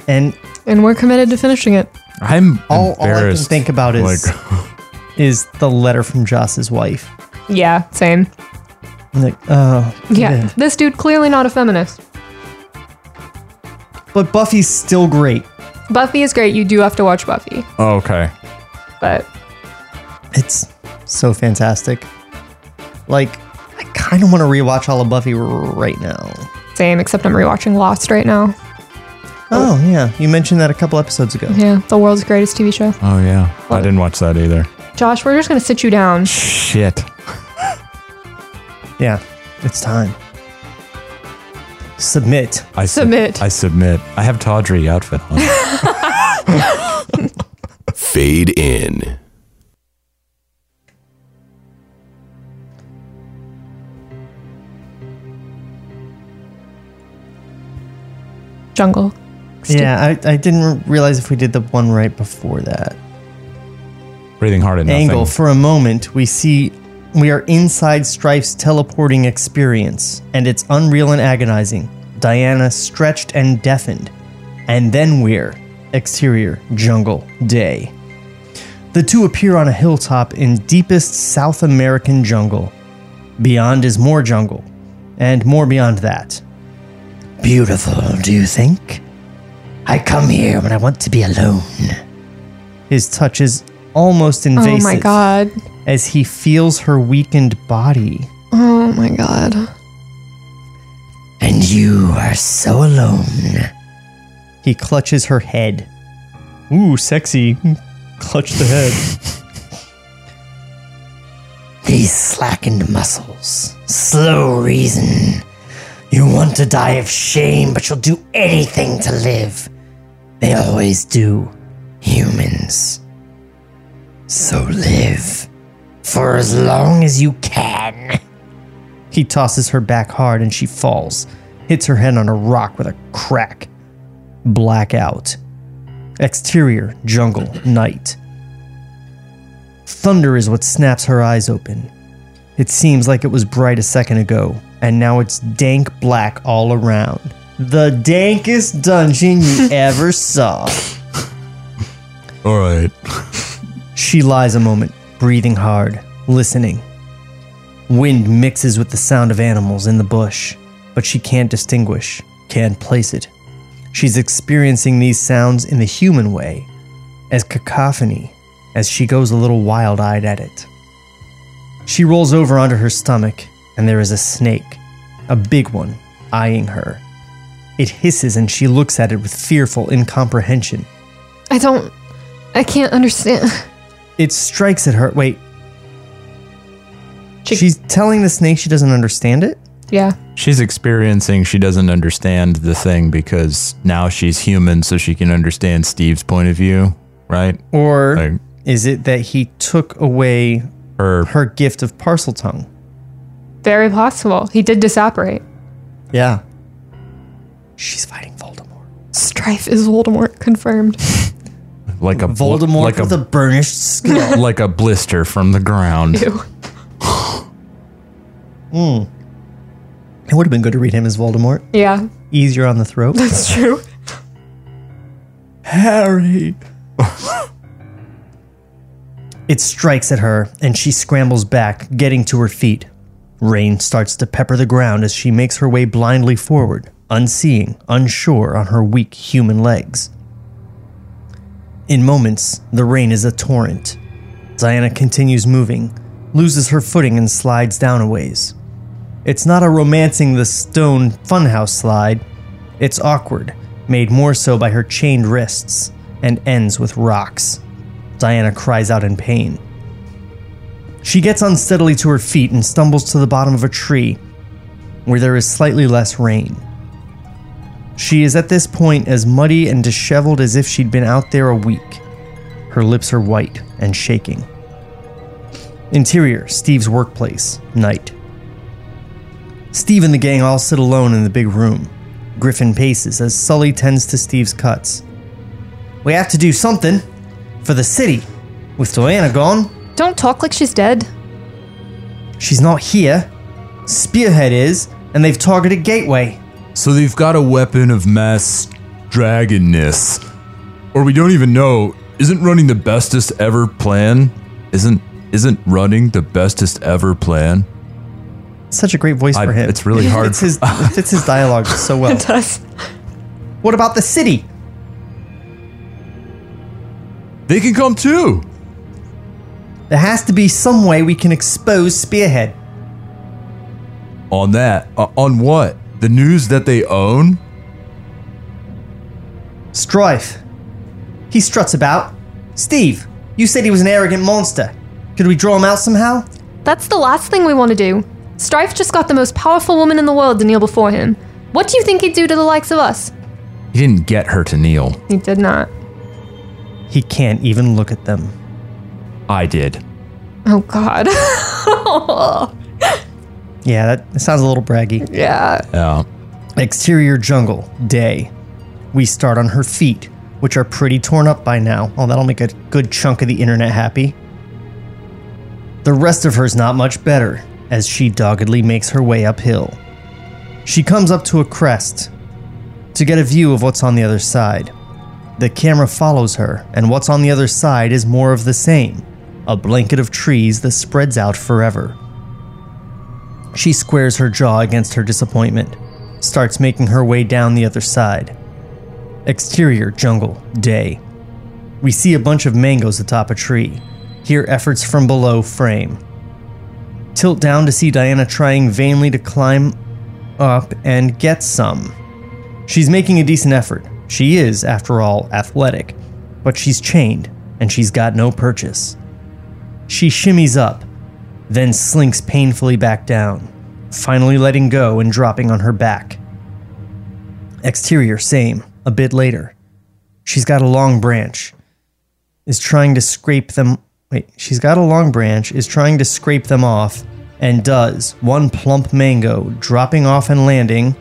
[SPEAKER 2] and
[SPEAKER 3] And we're committed to finishing it.
[SPEAKER 4] I'm
[SPEAKER 2] all, all I can
[SPEAKER 4] embarrassed.
[SPEAKER 2] think about is
[SPEAKER 4] like,
[SPEAKER 2] is the letter from Joss's wife.
[SPEAKER 3] Yeah. Same.
[SPEAKER 2] I'm like, oh,
[SPEAKER 3] Yeah.
[SPEAKER 2] yeah.
[SPEAKER 3] This dude clearly not a feminist.
[SPEAKER 2] but Buffy's still great.
[SPEAKER 3] Buffy is great. You do have to watch Buffy,
[SPEAKER 4] oh, okay.
[SPEAKER 3] but
[SPEAKER 2] It's so fantastic. Like, I kind of want to rewatch all of Buffy r- right now.
[SPEAKER 3] same. Except I'm rewatching Lost right now.
[SPEAKER 2] Oh yeah, you mentioned that a couple episodes ago.
[SPEAKER 3] Yeah, the world's greatest TV show.
[SPEAKER 4] Oh yeah, I didn't watch that either.
[SPEAKER 3] Josh, we're just gonna sit you down.
[SPEAKER 4] Shit.
[SPEAKER 2] Yeah, it's time. Submit.
[SPEAKER 4] I sub-
[SPEAKER 3] Submit.
[SPEAKER 4] I submit. I have tawdry outfit on.
[SPEAKER 1] fade in.
[SPEAKER 3] Jungle.
[SPEAKER 2] Yeah, I, I didn't realize if we did the one right before that.
[SPEAKER 4] Breathing hard at nothing.
[SPEAKER 2] Angle, for a moment, we see we are inside Strife's teleporting experience, and it's unreal and agonizing. Diana stretched and deafened. And then we're exterior jungle day. The two appear on a hilltop in deepest South American jungle. Beyond is more jungle, and more beyond that.
[SPEAKER 5] Beautiful, do you think? I come here when I want to be alone.
[SPEAKER 2] His touch is almost
[SPEAKER 3] Oh
[SPEAKER 2] invasive.
[SPEAKER 3] my god.
[SPEAKER 2] as he feels her weakened body.
[SPEAKER 3] Oh my god.
[SPEAKER 5] And you are so alone.
[SPEAKER 2] He clutches her head. Ooh, sexy. Clutch the head.
[SPEAKER 5] These slackened muscles, slow reason. You want to die of shame, but you'll do anything to live. They always do. Humans. So live. For as long as you can.
[SPEAKER 2] he tosses her back hard and she falls, hits her head on a rock with a crack. Blackout. Exterior, jungle, night. Thunder is what snaps her eyes open. It seems like it was bright a second ago, and now it's dank black all around. The dankest dungeon you ever saw.
[SPEAKER 4] All right.
[SPEAKER 2] She lies a moment, breathing hard, listening. Wind mixes with the sound of animals in the bush, but she can't distinguish, can't place it. She's experiencing these sounds in the human way, as cacophony, as she goes a little wild eyed at it. She rolls over onto her stomach, and there is a snake, a big one, eyeing her. It hisses, and she looks at it with fearful incomprehension.
[SPEAKER 3] I don't. I can't understand.
[SPEAKER 2] It strikes at her. Wait,
[SPEAKER 3] She-
[SPEAKER 2] She's telling the snake she doesn't understand it.
[SPEAKER 3] yeah.
[SPEAKER 4] She's experiencing she doesn't understand the thing because now she's human, so she can understand Steve's point of view, right?
[SPEAKER 2] Or
[SPEAKER 4] Like-
[SPEAKER 2] is it that he took away
[SPEAKER 4] Her
[SPEAKER 2] her gift of parcel tongue?
[SPEAKER 3] Very possible. He did disoperate.
[SPEAKER 2] Yeah. She's fighting Voldemort.
[SPEAKER 3] Strife is Voldemort confirmed.
[SPEAKER 4] like a bl-
[SPEAKER 2] Voldemort
[SPEAKER 4] like
[SPEAKER 2] with a,
[SPEAKER 4] a
[SPEAKER 2] burnished skull.
[SPEAKER 4] like a blister from the ground.
[SPEAKER 3] Ew.
[SPEAKER 2] it would have been good to read him as Voldemort.
[SPEAKER 3] Yeah,
[SPEAKER 2] Easier on the throat.
[SPEAKER 3] it's true.
[SPEAKER 2] Harry. it strikes at her, and she scrambles back, getting to her feet. Rain starts to pepper the ground as she makes her way blindly forward, unseeing, unsure on her weak human legs. In moments, the rain is a torrent. Diana continues moving, loses her footing, and slides down a ways. It's not a romancing the stone funhouse slide, it's awkward, made more so by her chained wrists, and ends with rocks. Diana cries out in pain. She gets unsteadily to her feet and stumbles to the bottom of a tree, where there is slightly less rain. She is at this point as muddy and disheveled as if she'd been out there a week. Her lips are white and shaking. Interior, Steve's workplace, night. Steve and the gang all sit alone in the big room. Griffin paces as Sully tends to Steve's cuts. We have to do something for the city. With Diana gone,
[SPEAKER 3] Don't talk like she's dead.
[SPEAKER 2] she's not here. Spearhead is, and they've targeted Gateway.
[SPEAKER 4] So they've got a weapon of mass dragonness. Or we don't even know. Isn't running the bestest ever plan? Isn't isn't running the bestest ever plan?
[SPEAKER 2] Such a great voice
[SPEAKER 4] I-
[SPEAKER 2] for him.
[SPEAKER 4] it's really hard
[SPEAKER 2] It's his, it fits his dialogue so well.
[SPEAKER 3] Does.
[SPEAKER 2] What about the city?
[SPEAKER 4] They can come too.
[SPEAKER 2] There has to be some way we can expose Spearhead.
[SPEAKER 4] On that, uh, on what? The news that they own?
[SPEAKER 2] Strife. He struts about. Steve, you said he was an arrogant monster. Could we draw him out somehow?
[SPEAKER 3] That's the last thing we want to do. Strife just got the most powerful woman in the world to kneel before him. What do you think he'd do to the likes of us?
[SPEAKER 4] He didn't get her to kneel.
[SPEAKER 3] He did not.
[SPEAKER 2] He can't even look at them.
[SPEAKER 4] I did.
[SPEAKER 3] Oh God.
[SPEAKER 2] Yeah, that sounds a little braggy.
[SPEAKER 3] yeah.
[SPEAKER 4] Yeah.
[SPEAKER 2] Exterior jungle, day. We start on her feet, which are pretty torn up by now. Oh, that'll make a good chunk of the internet happy. The rest of her's not much better as she doggedly makes her way uphill. She comes up to a crest to get a view of what's on the other side. The camera follows her, and what's on the other side is more of the same a blanket of trees that spreads out forever. She squares her jaw against her disappointment, starts making her way down the other side. Exterior jungle, day. We see a bunch of mangoes atop a tree, hear efforts from below frame. Tilt down to see Diana trying vainly to climb up and get some. She's making a decent effort. She is, after all, athletic, but she's chained and she's got no purchase. She shimmies up, then slinks painfully back down, finally letting go and dropping on her back. Exterior, same, a bit later. She's got a long branch, is trying to scrape them. Wait, she's got a long branch, is trying to scrape them off, and does. One plump mango dropping off and landing,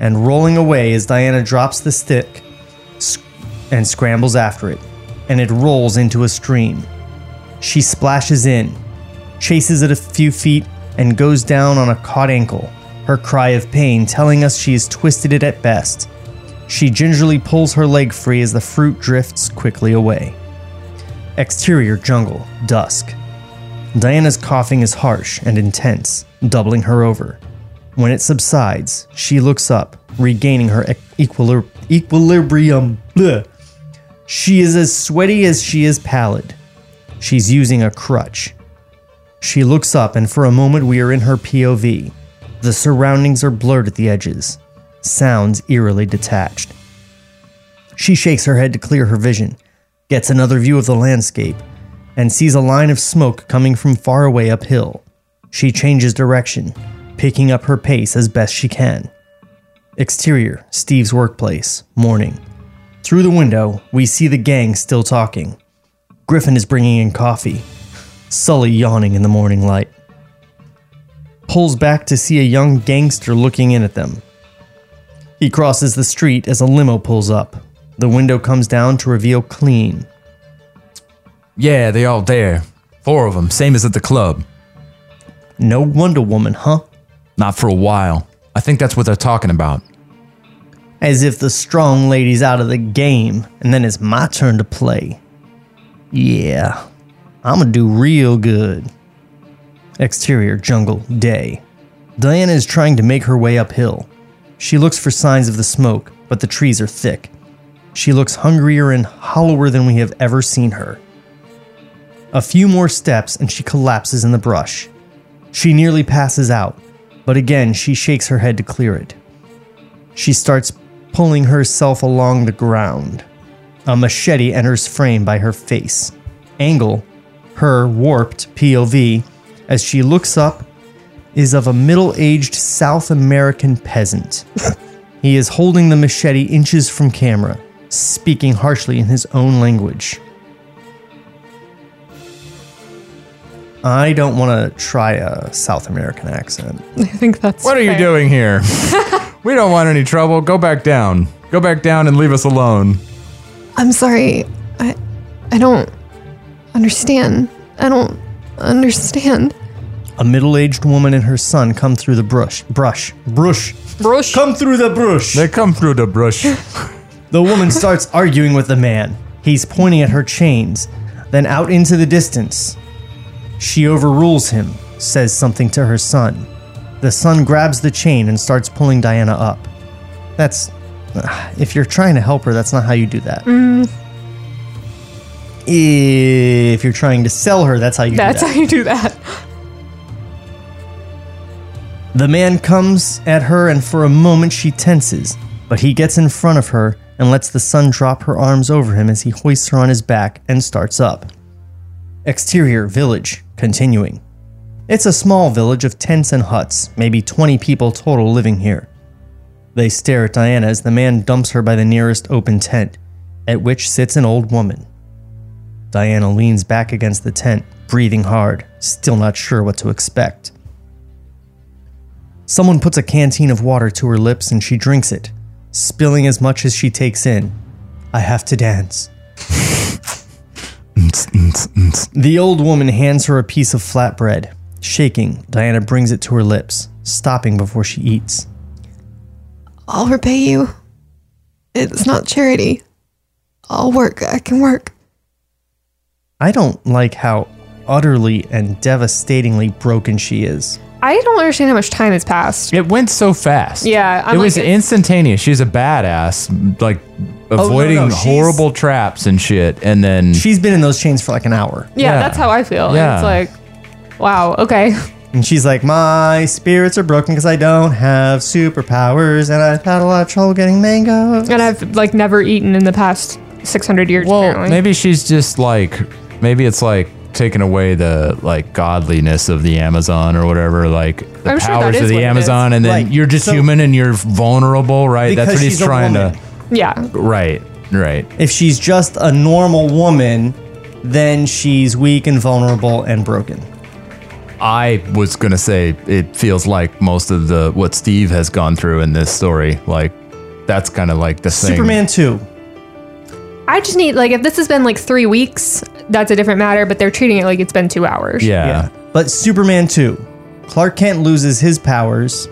[SPEAKER 2] and rolling away as Diana drops the stick sc- and scrambles after it, and it rolls into a stream. She splashes in, chases it a few feet, and goes down on a caught ankle, her cry of pain telling us she has twisted it at best. She gingerly pulls her leg free as the fruit drifts quickly away. Exterior jungle, dusk. Diana's coughing is harsh and intense, doubling her over. When it subsides, she looks up, regaining her e- equilib- equilibrium. Bleh. She is as sweaty as she is pallid. She's using a crutch. She looks up, and for a moment, we are in her POV. The surroundings are blurred at the edges, sounds eerily detached. She shakes her head to clear her vision, gets another view of the landscape, and sees a line of smoke coming from far away uphill. She changes direction, picking up her pace as best she can. Exterior, Steve's workplace, morning. Through the window, we see the gang still talking. Griffin is bringing in coffee. Sully yawning in the morning light. Pulls back to see a young gangster looking in at them. He crosses the street as a limo pulls up. The window comes down to reveal Clean.
[SPEAKER 4] Yeah, they all there. Four of them, same as at the club.
[SPEAKER 2] No Wonder Woman, huh?
[SPEAKER 4] Not for a while. I think that's what they're talking about.
[SPEAKER 2] As if the strong lady's out of the game, and then it's my turn to play. Yeah, I'm gonna do real good. Exterior jungle, day. Diana is trying to make her way uphill. She looks for signs of the smoke, but the trees are thick. She looks hungrier and hollower than we have ever seen her. A few more steps, and she collapses in the brush. She nearly passes out, but again she shakes her head to clear it. She starts pulling herself along the ground. A machete enters frame by her face. Angle, her warped POV, as she looks up, is of a middle aged South American peasant. he is holding the machete inches from camera, speaking harshly in his own language. I don't want to try a South American accent.
[SPEAKER 3] I think that's.
[SPEAKER 4] What are you
[SPEAKER 3] fair.
[SPEAKER 4] doing here? we don't want any trouble. Go back down. Go back down and leave us alone.
[SPEAKER 3] I'm sorry. I, I don't understand. I don't understand.
[SPEAKER 2] A middle-aged woman and her son come through the brush, brush, brush,
[SPEAKER 3] Brush.
[SPEAKER 2] come through the brush.
[SPEAKER 4] They come through the brush.
[SPEAKER 2] The woman starts arguing with the man. He's pointing at her chains, then out into the distance. She overrules him, says something to her son. The son grabs the chain and starts pulling Diana up. That's. If you're trying to help her, that's not how you do that. If you're trying to sell her, that's how you
[SPEAKER 3] That's
[SPEAKER 2] do that.
[SPEAKER 3] how you do that.
[SPEAKER 2] The man comes at her, and for a moment she tenses, but he gets in front of her and lets the sun drop her arms over him as he hoists her on his back and starts up. Exterior village, continuing. It's a small village of tents and huts, maybe 20 people total living here. They stare at Diana as the man dumps her by the nearest open tent. at which sits an old woman. Diana leans back against the tent, breathing hard, still not sure what to expect. Someone puts a canteen of water to her lips and she drinks it, spilling as much as she takes in. I have to dance. The old woman hands her a piece of flatbread. Shaking, Diana brings it to her lips, stopping before she eats.
[SPEAKER 10] I'll repay you. It's not charity. I'll work. I can work.
[SPEAKER 2] I don't like how utterly and devastatingly broken she is.
[SPEAKER 3] I don't understand how much time has passed.
[SPEAKER 4] It went so fast.
[SPEAKER 3] Yeah, I'm
[SPEAKER 4] it was
[SPEAKER 3] like-
[SPEAKER 4] instantaneous. She's a badass, like avoiding
[SPEAKER 2] no, she's-
[SPEAKER 4] horrible traps and shit. And then
[SPEAKER 2] She's been in those chains for like an hour.
[SPEAKER 3] Yeah,
[SPEAKER 4] Yeah.
[SPEAKER 3] that's how I feel.
[SPEAKER 4] Yeah.
[SPEAKER 3] And it's like, wow, okay.
[SPEAKER 2] And she's like, My spirits are broken because I don't have superpowers and I've had a lot of trouble getting mango.
[SPEAKER 3] And I've like never eaten in the past 600 years.
[SPEAKER 4] well,
[SPEAKER 3] apparently.
[SPEAKER 4] maybe she's just like, maybe it's like taking away the like godliness of the Amazon or whatever, like the
[SPEAKER 3] I'm
[SPEAKER 4] powers
[SPEAKER 3] sure that is
[SPEAKER 4] of
[SPEAKER 3] what
[SPEAKER 4] the
[SPEAKER 3] it
[SPEAKER 4] Amazon, and then
[SPEAKER 2] Right.
[SPEAKER 4] you're just
[SPEAKER 2] So-
[SPEAKER 4] human and you're vulnerable, right? That's
[SPEAKER 2] Because
[SPEAKER 4] what he's
[SPEAKER 2] she's a
[SPEAKER 4] trying
[SPEAKER 2] woman.
[SPEAKER 4] to.
[SPEAKER 3] Yeah.
[SPEAKER 4] Right, right.
[SPEAKER 2] If she's just a normal woman, then she's weak and vulnerable and broken.
[SPEAKER 4] I was gonna say it feels like most of the what Steve has gone through in this story, like that's kind of like the thing.
[SPEAKER 2] Superman 2.
[SPEAKER 3] I just need, like, if this has been like three weeks, that's a different matter, but they're treating it like it's been two hours.
[SPEAKER 4] Yeah.
[SPEAKER 2] But Superman 2, Clark Kent loses his powers,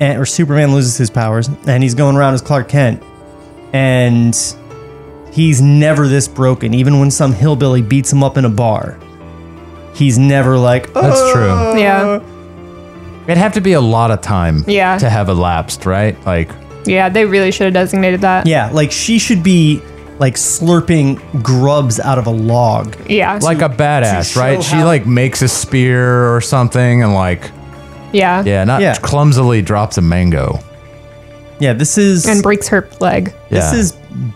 [SPEAKER 2] and, or Superman loses his powers, and he's going around as Clark Kent, and he's never this broken. Even when some hillbilly beats him up in a bar, he's never like, oh,
[SPEAKER 4] That's
[SPEAKER 3] Uh.
[SPEAKER 4] true.
[SPEAKER 3] Yeah.
[SPEAKER 4] It'd have to be a lot of time
[SPEAKER 3] Yeah.
[SPEAKER 4] to have elapsed, right? Like
[SPEAKER 3] Yeah, they really should have designated that.
[SPEAKER 2] yeah, like she should be like slurping grubs out of a log.
[SPEAKER 3] Yeah.
[SPEAKER 4] like a badass,
[SPEAKER 2] show
[SPEAKER 4] right? She
[SPEAKER 2] how-
[SPEAKER 4] like makes a spear or something and like
[SPEAKER 3] yeah.
[SPEAKER 4] yeah, not
[SPEAKER 2] Yeah.
[SPEAKER 4] clumsily drops a mango.
[SPEAKER 2] Yeah, this is
[SPEAKER 3] And breaks her leg.
[SPEAKER 4] Yeah.
[SPEAKER 2] this is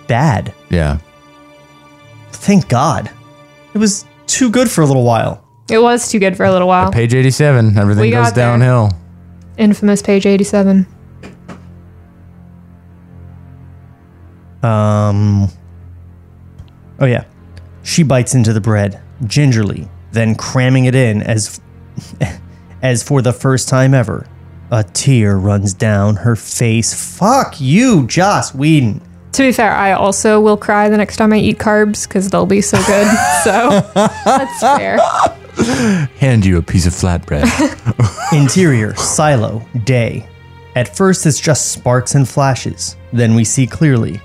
[SPEAKER 2] bad.
[SPEAKER 4] yeah.
[SPEAKER 2] Thank God, it was too good for a little while.
[SPEAKER 3] It was too good for a little while.
[SPEAKER 4] Page 87, everything
[SPEAKER 3] We
[SPEAKER 4] goes
[SPEAKER 3] got there.
[SPEAKER 4] downhill.
[SPEAKER 3] Infamous page 87.
[SPEAKER 2] Um. Oh yeah, she bites into the bread gingerly, then cramming it in as, as for the first time ever, a tear runs down her face. Fuck you, Joss Whedon.
[SPEAKER 3] To be fair, I also will cry the next time I eat carbs because they'll be so good. so that's fair.
[SPEAKER 4] Hand you a piece of flatbread.
[SPEAKER 2] Interior, silo, day. At first, it's just sparks and flashes. Then we see clearly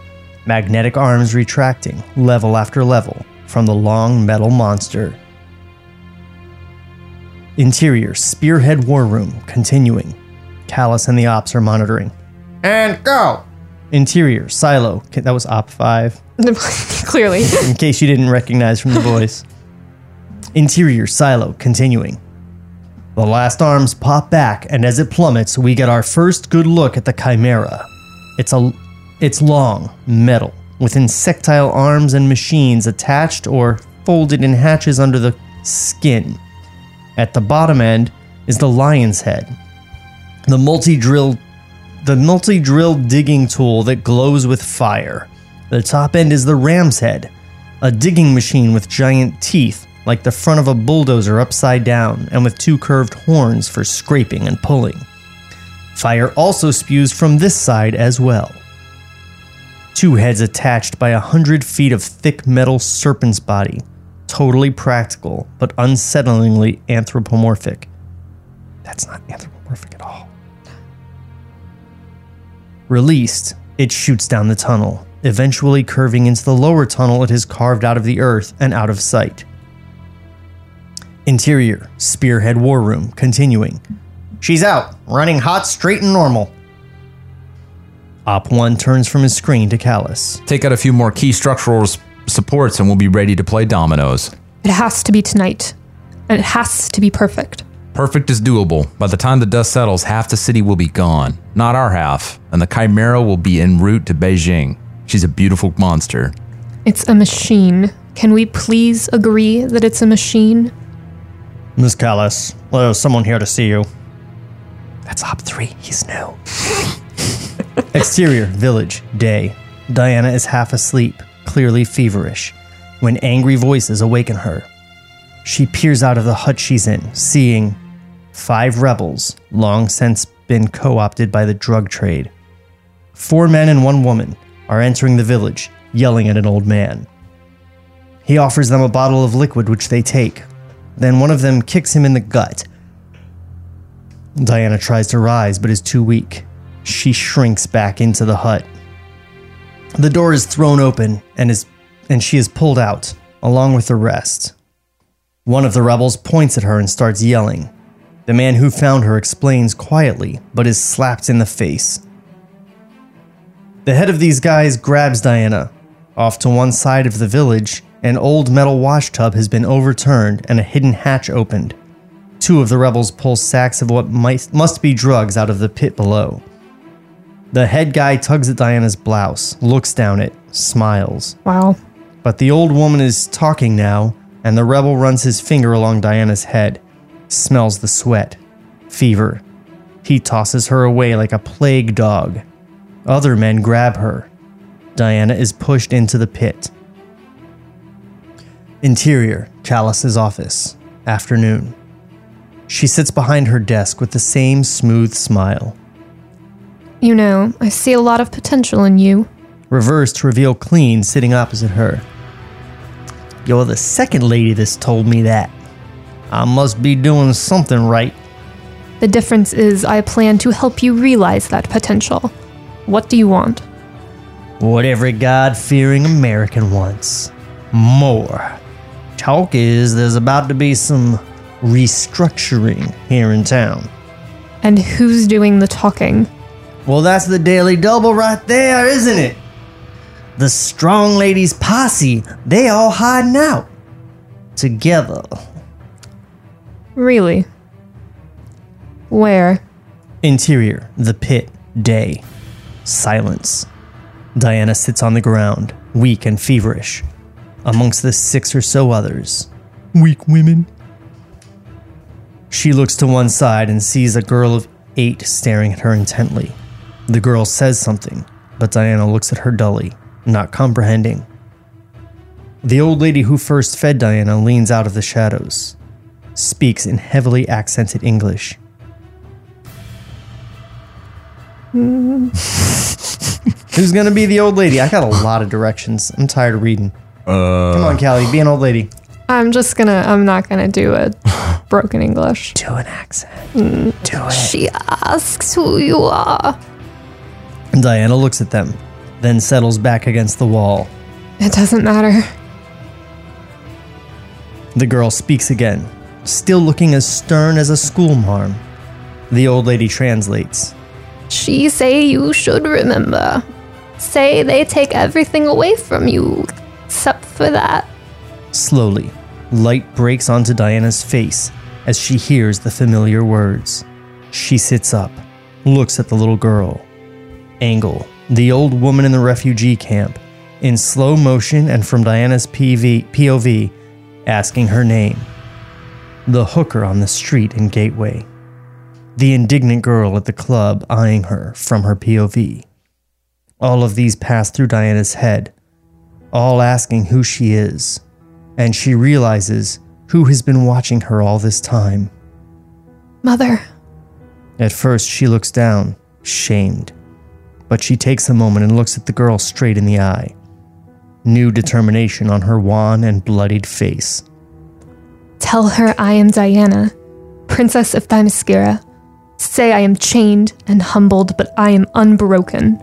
[SPEAKER 2] magnetic arms retracting, level after level, from the long metal monster. Interior, spearhead war room, continuing. Callus and the ops are monitoring.
[SPEAKER 11] And go.
[SPEAKER 2] Interior, silo. K, That was op five,
[SPEAKER 3] Clearly.
[SPEAKER 2] in case you didn't recognize from the voice. Interior, silo, continuing. The last arms pop back, and as it plummets, we get our first good look at the Chimera. It's a, it's long, metal, with insectile arms and machines attached or folded in hatches under the skin. At the bottom end is the lion's head, the multi-drill, the multi-drill digging tool that glows with fire. The top end is the ram's head, a digging machine with giant teeth, like the front of a bulldozer upside down, and with two curved horns for scraping and pulling. Fire also spews from this side as well. Two heads attached by a hundred feet of thick metal serpent's body. Totally practical, but unsettlingly anthropomorphic. That's not anthropomorphic at all. Released, it shoots down the tunnel, eventually curving into the lower tunnel it has carved out of the earth and out of sight. Interior, Spearhead War Room, continuing. She's out, running hot, straight, and normal. Op 1 turns from his screen to Callus.
[SPEAKER 4] Take out a few more key structural s- supports and we'll be ready to play dominoes.
[SPEAKER 3] It has to be tonight. And it has to be perfect.
[SPEAKER 4] Perfect is doable. By the time the dust settles, half the city will be gone. Not our half. And the Chimera will be en route to Beijing. She's a beautiful monster.
[SPEAKER 3] It's a machine. Can we please agree that it's a machine?
[SPEAKER 2] Miss Callus, there's someone here to see you.
[SPEAKER 12] That's op three. He's new.
[SPEAKER 2] Exterior, village, day. Diana is half asleep, clearly feverish, when angry voices awaken her. She peers out of the hut she's in, seeing five rebels, long since been co opted by the drug trade. Four men and one woman are entering the village, yelling at an old man. He offers them a bottle of liquid, which they take. Then one of them kicks him in the gut. Diana tries to rise, but is too weak. She shrinks back into the hut. The door is thrown open and is and she is pulled out, along with the rest. One of the rebels points at her and starts yelling. The man who found her explains quietly, but is slapped in the face. The head of these guys grabs Diana. Off to one side of the village, an old metal washtub has been overturned and a hidden hatch opened. Two of the rebels pull sacks of what might, must be drugs out of the pit below. The head guy tugs at Diana's blouse, looks down it, smiles.
[SPEAKER 3] Wow.
[SPEAKER 2] But the old woman is talking now, and the rebel runs his finger along Diana's head, smells the sweat, fever. He tosses her away like a plague dog. Other men grab her. Diana is pushed into the pit. Interior, Chalice's office, afternoon. She sits behind her desk with the same smooth smile.
[SPEAKER 3] You know, I see a lot of potential in you.
[SPEAKER 2] reversed to reveal Clean sitting opposite her. You're the second lady that's told me that. I must be doing something right.
[SPEAKER 3] The difference is I plan to help you realize that potential. What do you want?
[SPEAKER 2] What every God fearing American wants more. Talk is there's about to be some restructuring here in town.
[SPEAKER 3] And who's doing the talking?
[SPEAKER 2] Well, that's the Daily Double right there, isn't it? The Strong Ladies posse, they all hiding out. Together.
[SPEAKER 3] Really? Where?
[SPEAKER 2] Interior, the pit, day. Silence. Diana sits on the ground, weak and feverish, amongst the six or so others. Weak women. She looks to one side and sees a girl of eight staring at her intently. The girl says something, but Diana looks at her dully, not comprehending. The old lady who first fed Diana leans out of the shadows, speaks in heavily accented English.
[SPEAKER 3] Hmm.
[SPEAKER 2] Who's gonna be the old lady? I got a lot of directions. I'm tired of reading.
[SPEAKER 13] Uh,
[SPEAKER 2] Come on, Callie, be an old lady.
[SPEAKER 3] I'm just gonna. I'm not gonna do a broken English.
[SPEAKER 2] Do an accent.
[SPEAKER 3] Do it. She asks who you are.
[SPEAKER 2] Diana looks at them, then settles back against the wall.
[SPEAKER 3] It doesn't matter.
[SPEAKER 2] The girl speaks again, still looking as stern as a schoolmarm. The old lady translates.
[SPEAKER 3] She say you should remember. Say they take everything away from you, except for that.
[SPEAKER 2] Slowly, light breaks onto Diana's face as she hears the familiar words. She sits up, looks at the little girl. Angle, the old woman in the refugee camp, in slow motion and from Diana's PV, POV, asking her name. The hooker on the street in Gateway. The indignant girl at the club eyeing her from her POV. All of these pass through Diana's head, all asking who she is, and she realizes who has been watching her all this time.
[SPEAKER 14] Mother,
[SPEAKER 2] At first, she looks down, shamed, but she takes a moment and looks at the girl straight in the eye. New determination on her wan and bloodied face.
[SPEAKER 3] Tell her I am Diana, Princess of Themyscira. Say I am chained and humbled, but I am unbroken.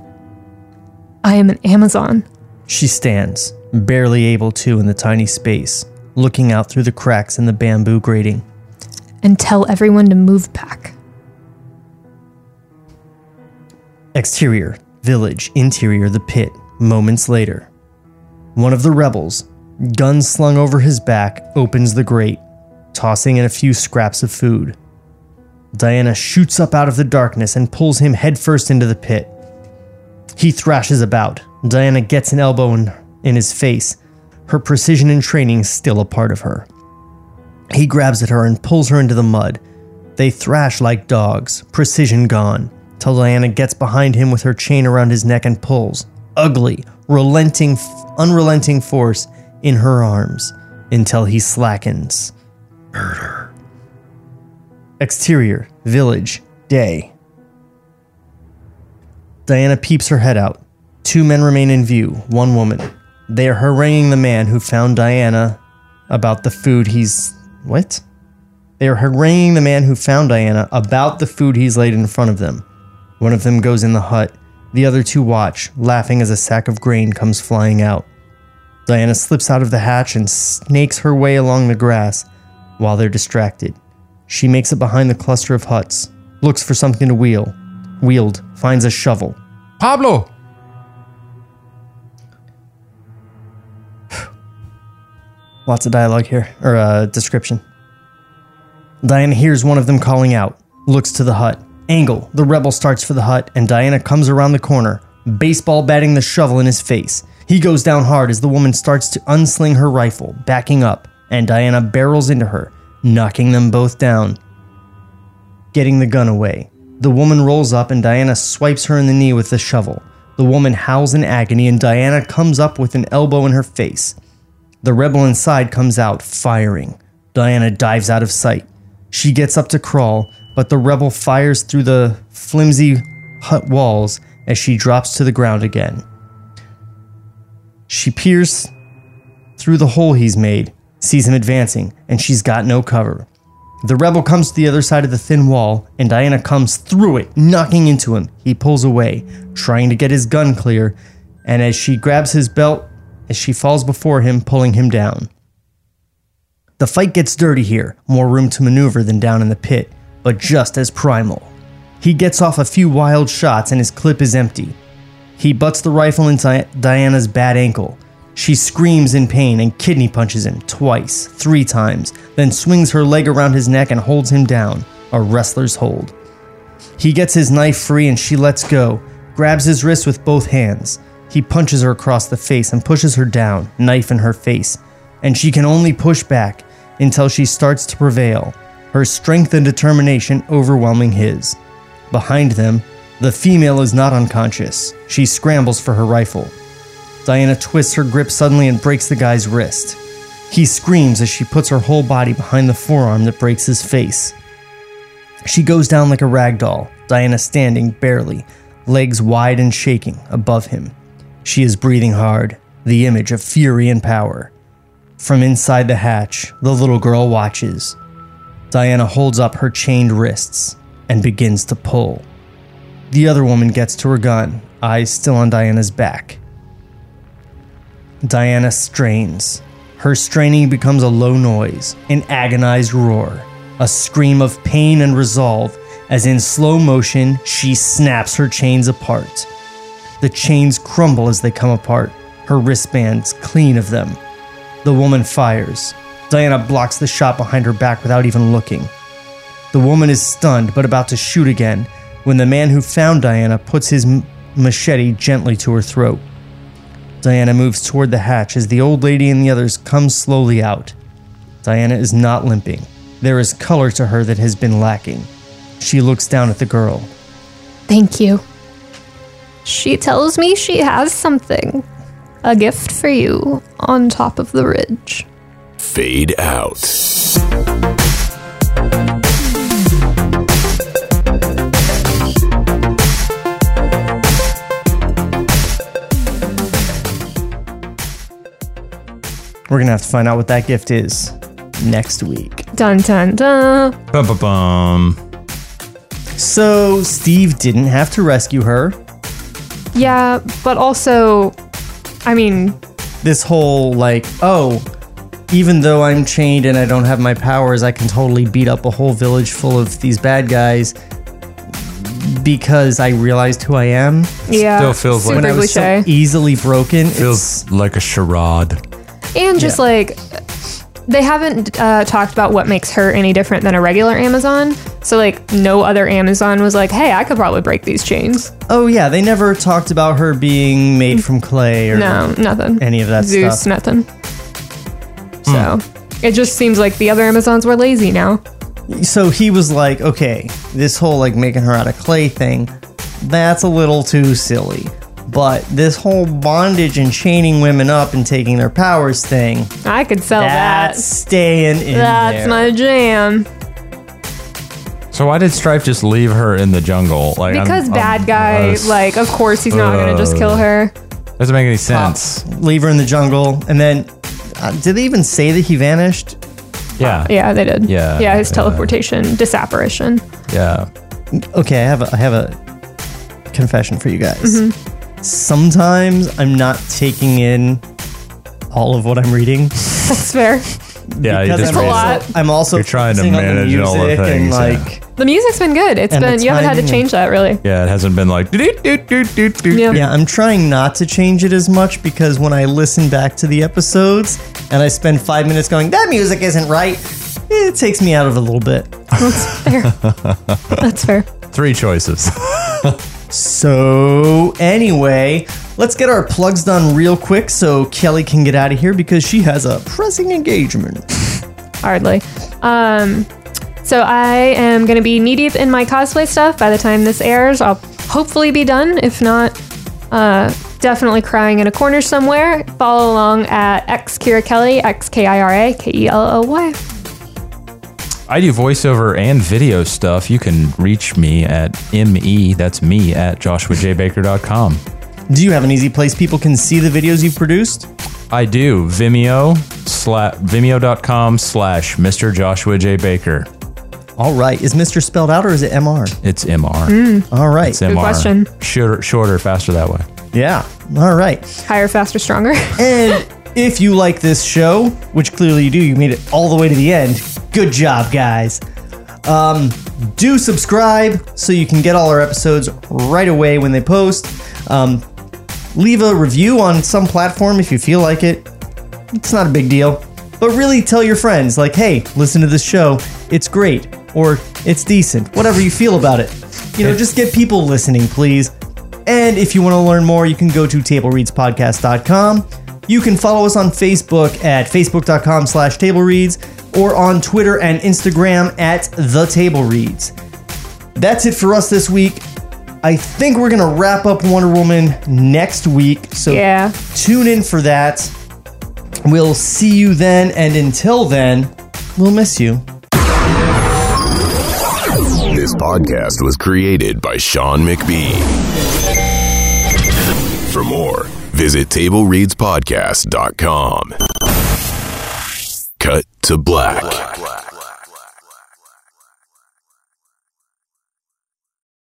[SPEAKER 3] I am an Amazon.
[SPEAKER 2] She stands, barely able to in the tiny space, looking out through the cracks in the bamboo grating.
[SPEAKER 3] and tell everyone to move back.
[SPEAKER 2] Exterior, village, interior, the pit, moments later. One of the rebels, gun slung over his back, opens the grate, tossing in a few scraps of food. Diana shoots up out of the darkness and pulls him headfirst into the pit. He thrashes about. Diana gets an elbow in, in his face, her precision and training still a part of her. He grabs at her and pulls her into the mud. They thrash like dogs, precision gone, till Diana gets behind him with her chain around his neck and pulls. Ugly, relenting, unrelenting force in her arms until he slackens. Murder. Exterior, village, day. Diana peeps her head out. Two men remain in view, one woman. They are haranguing the man who found Diana about the food he's. What? They are haranguing the man who found Diana about the food he's laid in front of them. One of them goes in the hut. The other two watch, laughing as a sack of grain comes flying out. Diana slips out of the hatch and snakes her way along the grass while they're distracted. She makes it behind the cluster of huts, looks for something to wheel, wield, finds a shovel.
[SPEAKER 13] Pablo!
[SPEAKER 2] Lots of dialogue here, or uh, description. Diana hears one of them calling out, looks to the hut. Angle, the rebel starts for the hut, and Diana comes around the corner, baseball batting the shovel in his face. He goes down hard as the woman starts to unsling her rifle, backing up, and Diana barrels into her, knocking them both down. Getting the gun away, the woman rolls up and Diana swipes her in the knee with the shovel. The woman howls in agony and Diana comes up with an elbow in her face. The rebel inside comes out, firing. Diana dives out of sight. She gets up to crawl, but the rebel fires through the flimsy hut walls as she drops to the ground again. She peers through the hole he's made, sees him advancing, and she's got no cover. The rebel comes to the other side of the thin wall, and Diana comes through it, knocking into him. He pulls away, trying to get his gun clear, and as she grabs his belt, as she falls before him, pulling him down. The fight gets dirty here, more room to maneuver than down in the pit, but just as primal. He gets off a few wild shots and his clip is empty. He butts the rifle into Diana's bad ankle. She screams in pain and kidney punches him twice, three times, then swings her leg around his neck and holds him down, a wrestler's hold. He gets his knife free and she lets go, grabs his wrist with both hands. He punches her across the face and pushes her down, knife in her face, and she can only push back until she starts to prevail, her strength and determination overwhelming his. Behind them, the female is not unconscious. She scrambles for her rifle. Diana twists her grip suddenly and breaks the guy's wrist. He screams as she puts her whole body behind the forearm that breaks his face. She goes down like a rag doll, Diana standing barely, legs wide and shaking above him. She is breathing hard, the image of fury and power. From inside the hatch, the little girl watches. Diana holds up her chained wrists and begins to pull. The other woman gets to her gun, eyes still on Diana's back. Diana strains. Her straining becomes a low noise, an agonized roar, a scream of pain and resolve as in slow motion she snaps her chains apart. The chains crumble as they come apart, her wristbands clean of them. The woman fires. Diana blocks the shot behind her back without even looking. The woman is stunned but about to shoot again when the man who found Diana puts his m- machete gently to her throat. Diana moves toward the hatch as the old lady and the others come slowly out. Diana is not limping. There is color to her that has been lacking. She looks down at the girl.
[SPEAKER 3] Thank you. She tells me she has something. A gift for you on top of the ridge.
[SPEAKER 1] Fade out.
[SPEAKER 2] We're going to have to find out what that gift is next week.
[SPEAKER 3] Dun dun dun.
[SPEAKER 13] Bum, bum, bum.
[SPEAKER 2] So, Steve didn't have to rescue her.
[SPEAKER 3] Yeah, but also, I mean,
[SPEAKER 2] This whole, like, oh, even though I'm chained and I don't have my powers, I can totally beat up a whole village full of these bad guys because I realized who I am.
[SPEAKER 3] yeah.
[SPEAKER 13] Still feels like-
[SPEAKER 3] super
[SPEAKER 2] When I was so
[SPEAKER 3] cliche.
[SPEAKER 2] easily broken, it's,
[SPEAKER 13] Feels like a charade.
[SPEAKER 2] e-
[SPEAKER 3] and just like they haven't uh, talked about what makes her any different than a regular Amazon. So like, no other Amazon was like, "Hey, I could probably break these chains."
[SPEAKER 2] oh yeah, they never talked about her being made from clay or
[SPEAKER 3] No, nothing.
[SPEAKER 2] any of that
[SPEAKER 3] Zeus,
[SPEAKER 2] stuff. Hmm.
[SPEAKER 3] nothing. So it just seems like the other Amazons were lazy now.
[SPEAKER 2] so he was like, okay, this whole like making her out of clay thing, that's a little too silly. But this whole bondage and chaining women up and taking their powers thing,
[SPEAKER 3] I could sell
[SPEAKER 2] that's
[SPEAKER 3] that.
[SPEAKER 2] staying in
[SPEAKER 3] That's
[SPEAKER 2] there.
[SPEAKER 3] my jam.
[SPEAKER 13] So why did Strife just leave her in the jungle? Like I'm-
[SPEAKER 3] Because
[SPEAKER 13] I'm-
[SPEAKER 3] bad guy,
[SPEAKER 13] uh,
[SPEAKER 3] like, of course he's not gonna just kill her.
[SPEAKER 13] Doesn't make any sense.
[SPEAKER 2] leave her in the jungle, and then uh, did they even say that he vanished?
[SPEAKER 13] Yeah.
[SPEAKER 3] Yeah, they did.
[SPEAKER 2] Yeah,
[SPEAKER 3] Yeah, his
[SPEAKER 2] yeah.
[SPEAKER 3] teleportation, disapparition.
[SPEAKER 13] Yeah.
[SPEAKER 2] Okay, I have a, I have a confession for you guys.
[SPEAKER 3] Mhm.
[SPEAKER 2] Sometimes I'm not taking in all of what I'm reading.
[SPEAKER 3] That's fair.
[SPEAKER 13] Yeah, Uh, you
[SPEAKER 2] because
[SPEAKER 13] just
[SPEAKER 2] I'm
[SPEAKER 13] made it.
[SPEAKER 3] lot.
[SPEAKER 2] also, I'm also
[SPEAKER 13] You're trying to
[SPEAKER 2] focusing on
[SPEAKER 13] manage
[SPEAKER 2] the
[SPEAKER 13] all the
[SPEAKER 2] music and
[SPEAKER 13] things, yeah.
[SPEAKER 2] like
[SPEAKER 3] The music's been good. It's
[SPEAKER 2] And the
[SPEAKER 3] been you haven't had to
[SPEAKER 2] timing.
[SPEAKER 3] change that really.
[SPEAKER 13] Yeah, it hasn't been like
[SPEAKER 2] Yeah.
[SPEAKER 3] Yeah.
[SPEAKER 2] I'm trying not to change it as much because when I listen back to the episodes and I spend five minutes going, that music isn't right, it takes me out of it a little bit.
[SPEAKER 3] That's fair. That's fair.
[SPEAKER 13] Three choices.
[SPEAKER 2] so, anyway, let's get our plugs done real quick so Kelly can get out of here because she has a pressing engagement.
[SPEAKER 3] Hardly. Um, so I am going to be knee deep in my cosplay stuff by the time this airs. I'll hopefully be done. If not, uh, definitely crying in a corner somewhere. Follow along at X Kira Kelly, X K I R A K E L L Y.
[SPEAKER 13] I do voiceover and video stuff. You can reach me at me. That's me at joshuajbaker.com.
[SPEAKER 2] Do you have an easy place people can see the videos you've produced?
[SPEAKER 13] I do Vimeo slash Vimeo.com slash Mr. Joshua J. Baker.
[SPEAKER 2] All right. Is Mr. spelled out or is it MR?
[SPEAKER 13] It's MR.
[SPEAKER 3] Hmm,
[SPEAKER 2] All right.
[SPEAKER 13] It's MR. Shorter, shorter, faster that way.
[SPEAKER 2] Yeah. All right.
[SPEAKER 3] Higher, faster, stronger.
[SPEAKER 2] And if you like this show, which clearly you do, you made it all the way to the end. Good job, guys. Um, do subscribe so you can get all our episodes right away when they post. Um, leave a review on some platform if you feel like it. It's not a big deal. But really tell your friends, like, hey, listen to this show. It's great. Or it's decent. Whatever you feel about it. You know, just get people listening, please. And if you want to learn more, you can go to tablereadspodcast.com. You can follow us on Facebook at facebook.com slash tablereads or on Twitter and Instagram at the Table Reads. That's it for us this week. I think we're going to wrap up Wonder Woman next week. So
[SPEAKER 3] Yeah.
[SPEAKER 2] tune in for that. We'll see you then. And until then, we'll miss you.
[SPEAKER 1] This podcast was created by Sean McBee. For more, visit TableReadsPodcast.com. Cut to black.